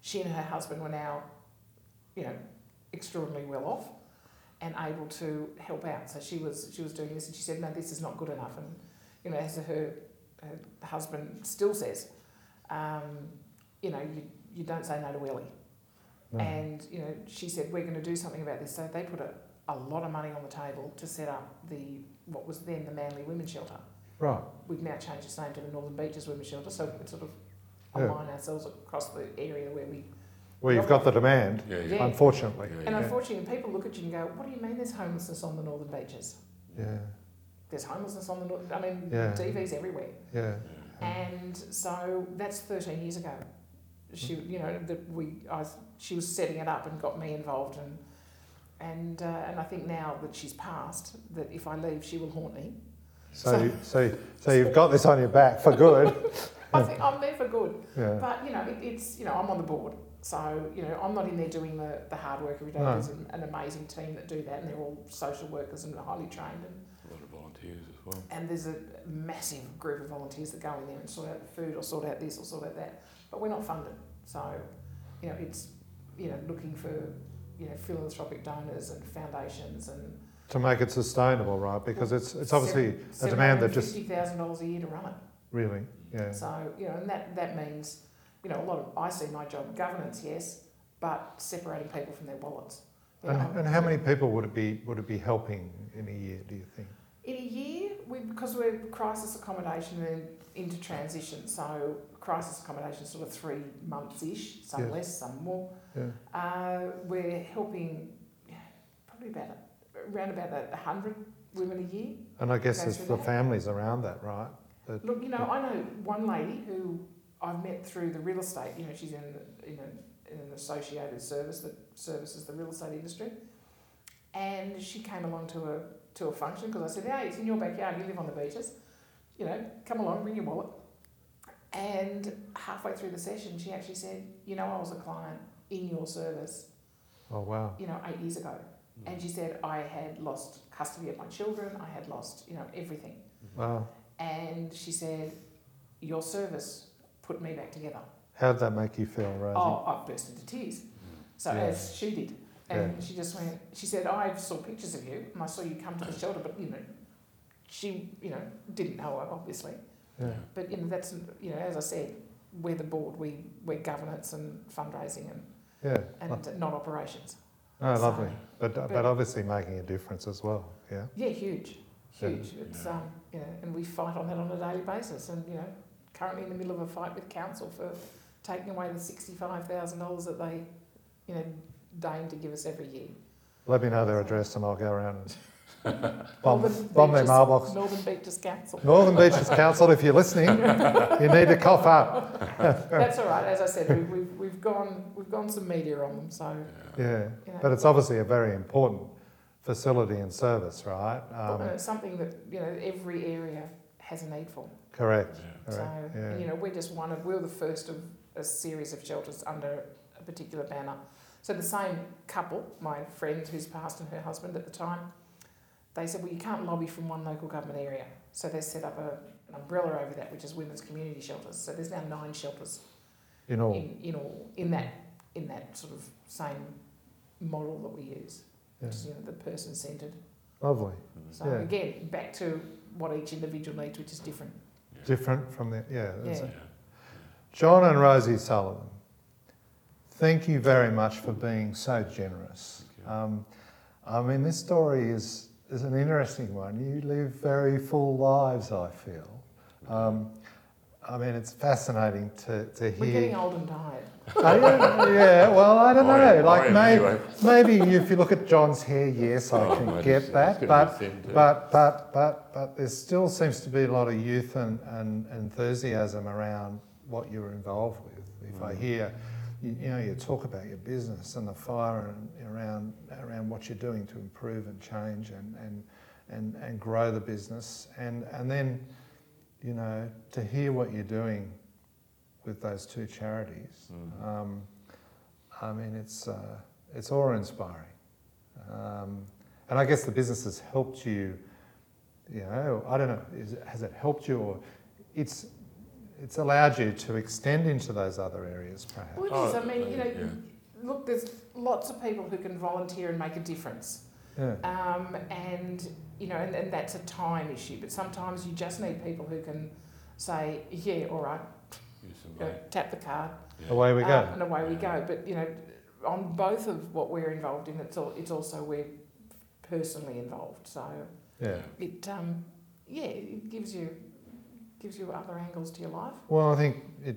she and her husband were now, you know, extraordinarily well off and able to help out. So she was she was doing this, and she said, "No, this is not good enough." And you know, as her, her husband still says, um, you know, you, you don't say no to Willie.
No.
And you know, she said, "We're going to do something about this." So they put a, a lot of money on the table to set up the what was then the Manly Women's Shelter.
Right.
We've now changed its name to the Northern Beaches Women's Shelter, so we can sort of
Yeah.
align ourselves across the area where we.
Well, you've got the demand,
Yeah.
Yeah.
unfortunately.
Yeah,
And
yeah.
unfortunately, people look at you and go, "What do you mean there's homelessness on the Northern Beaches?"
Yeah.
there's homelessness on the north. I mean,
Yeah.
DV's everywhere.
Yeah.
yeah.
And so that's 13 years ago. She,
Mm.
you know, that we, I, she was setting it up and got me involved, and and uh, and I think now that she's passed, that if I leave, she will haunt me.
So, you- so, so you've got this on your back for good.
I think I'm there for good.
Yeah.
But you know, it, it's you know, I'm on the board, so you know, I'm not in there doing the, the hard work every day.
No.
There's an, an amazing team that do that, and they're all social workers and highly trained. And
A lot of volunteers as well.
and there's a massive group of volunteers that go in there and sort out food or sort out this or sort out that, but we're not funded. So, you know, it's you know looking for you know philanthropic donors and foundations and
To make it sustainable, right? Because it's it's obviously a
seven-
demand that just
$750,000 a year to run it.
really, yeah.
So you know, and that that means you know a lot of I see my job governance yes, but separating people from their wallets. you know.
And, and how many people would it be would it be helping in a year? Do you think?
In a year, we, because we're crisis accommodation and into transition, so crisis accommodation is sort of three months ish, some
Yeah.
less, some more.
Yeah.
Uh, we're helping yeah, probably about a, around about a hundred women a year.
And I guess
Go
there's
through
the
that.
families around that, right?
Look, you know, I know one lady who I've met through the real estate. You know, she's in in, a, in an associated service that services the real estate industry, and she came along to a to a function because I said, "Hey, it's in your backyard. You live on the beaches. You know, come along, bring your wallet." And halfway through the session, she actually said, "You know, I was a client in your service.
Oh wow.
You know, eight years ago."
Mm.
And she said, I had lost custody of my children, I had lost, you know, everything.
Wow.
And she said, Your service put me back together.
How did that make you feel, Rosie?
Oh, I burst into tears.
Mm.
So
Yeah.
as she did. And she just went, she said, I saw pictures of you and I saw you come to the shelter, but, you know, she, you know, didn't know her, obviously.
Yeah.
But, you know, that's, you know, as I said, we're the board, we, we're governance and fundraising and,
Yeah.
and not operations.
Oh,
So-
lovely. But, but
but-
obviously making a difference as well. Yeah.
Yeah, huge,
Yeah.
huge. It's um, you know, and we fight on that on a daily basis. And you know, currently in the middle of a fight with council for taking away the sixty-five thousand dollars that they, you know, deign to give us every year.
Let me know their address and I'll go around and bomb,
Northern
bomb their
Beaches-
mailbox.
Northern Beaches Council.
Northern Beaches Council, if you're listening, you need to cough up.
That's all right. As I said, we've, we've, we've gone we've gone some media on them. So
Yeah.
you know,
But it's obviously a very important facility and service, right?
well,
Um,
it's uh, something that you know every area has a need for.
correct.
Yeah.
Correct.
So
yeah.
you know, we're just one of we're the first of a series of shelters under a particular banner. So the same couple, my friend who's passed and her husband at the time, they said, well, you can't lobby from one local government area. So they set up a, an umbrella over that, which is women's community shelters. So there's now nine shelters
You know,
in, in all in that in that sort of same model that we use,
yeah.
which is you know, the person centred.
lovely.
Mm.
So
Yeah.
again, back to what each individual needs, which is different.
Different from the, yeah. that's
Yeah.
it.
Yeah.
John and Rosie Sullivan, thank you very much for being so generous.
Thank you.
Um, I mean, this story is, is an interesting one. You live very full lives, I feel. Um, I mean, it's fascinating to, to
We're getting
hear.
old and tired.
I don't- yeah, well, I don't
I
know.
am- I
Like,
am
may-
anyway.
maybe, if you look at John's hair, yes, I
Oh,
can
mate, it's-
get
it's
that.
gonna be
But
thin too.
but but but but there still seems to be a lot of youth and, and enthusiasm around what you're involved with. If I
Mm.
hear, you, you know, you talk about your business and the fire and around around what you're doing to improve and change and and and, and grow the business and and then, you know, to hear what you're doing with those two charities.
Mhm.
Um, I mean, it's uh, it's awe inspiring. Um, and I guess the business has helped you, you know, I don't know, is, has it helped you or it's, it's allowed you to extend into those other areas perhaps?
Well, it
Oh,
is. I mean, you know,
yeah.
look, there's lots of people who can volunteer and make a difference.
Yeah,
Um, and, you know, and, and that's a time issue. But sometimes you just need people who can say, yeah, all right,
Use some
you know,
light.
tap the card.
Yeah.
away we
uh,
go.
and away we
Yeah.
go. But, you know, on both of what we're involved in, it's, all, it's also we're personally involved. So
Yeah.
it, um, yeah, it gives you, gives you other angles to your life.
Well, I think it,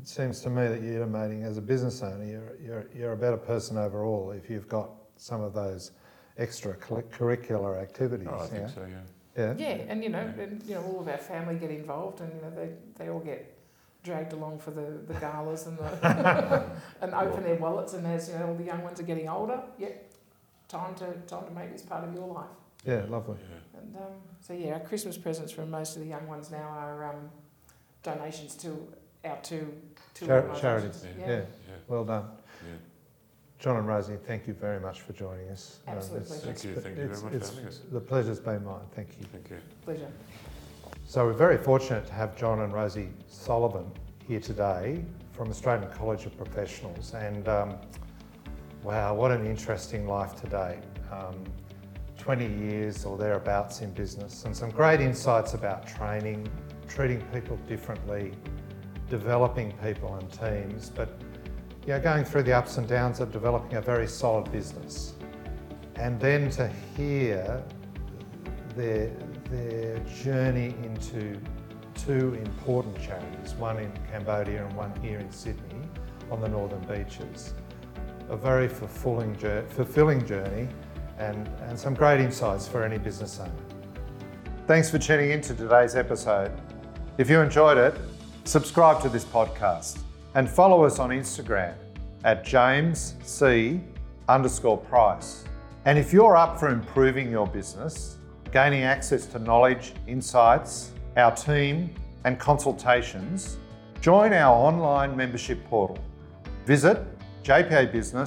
it seems to me that you're intimating as a business owner, you're, you're, you're a better person overall if you've got some of those extracurricular activities.
Oh, I think
yeah?
so,
yeah.
yeah.
Yeah, and you know,
Yeah.
and you know, all of our family get involved, and you know, they, they all get dragged along for the, the galas and the, and open their wallets, and as you know, all the young ones are getting older. Yep, time to time to make this part of your life.
Yeah, lovely.
Yeah.
And um, so yeah, our Christmas presents from most of the young ones now are um, donations to our two, two
Chari-
organisations.
charities,
Yeah.
Yeah,
Yeah.
well done.
Yeah.
John and Rosie, thank you very much for joining us. Um,
Absolutely.
it's-
Thank
it's-
you, thank you
it's-
very much
it's-
for having us.
The pleasure's been mine, thank you.
Thank you.
pleasure.
So we're very fortunate to have John and Rosie Sullivan here today from Australian College of Professionals, and um, wow, what an interesting life today. Um, 20 years or thereabouts in business, and some great insights about training, treating people differently, developing people and teams, but yeah, going through the ups and downs of developing a very solid business. And then to hear their, their journey into two important charities, one in Cambodia and one here in Sydney on the northern beaches. A very fulfilling, jour- fulfilling journey and, and some great insights for any business owner.
Thanks for tuning in to today's episode. If you enjoyed it,
subscribe to this podcast, and follow us on Instagram at James C underscore price. And if you're up for improving your business, gaining access to knowledge, insights, our team, and consultations, join our online membership portal. Visit jpabusiness.com.au.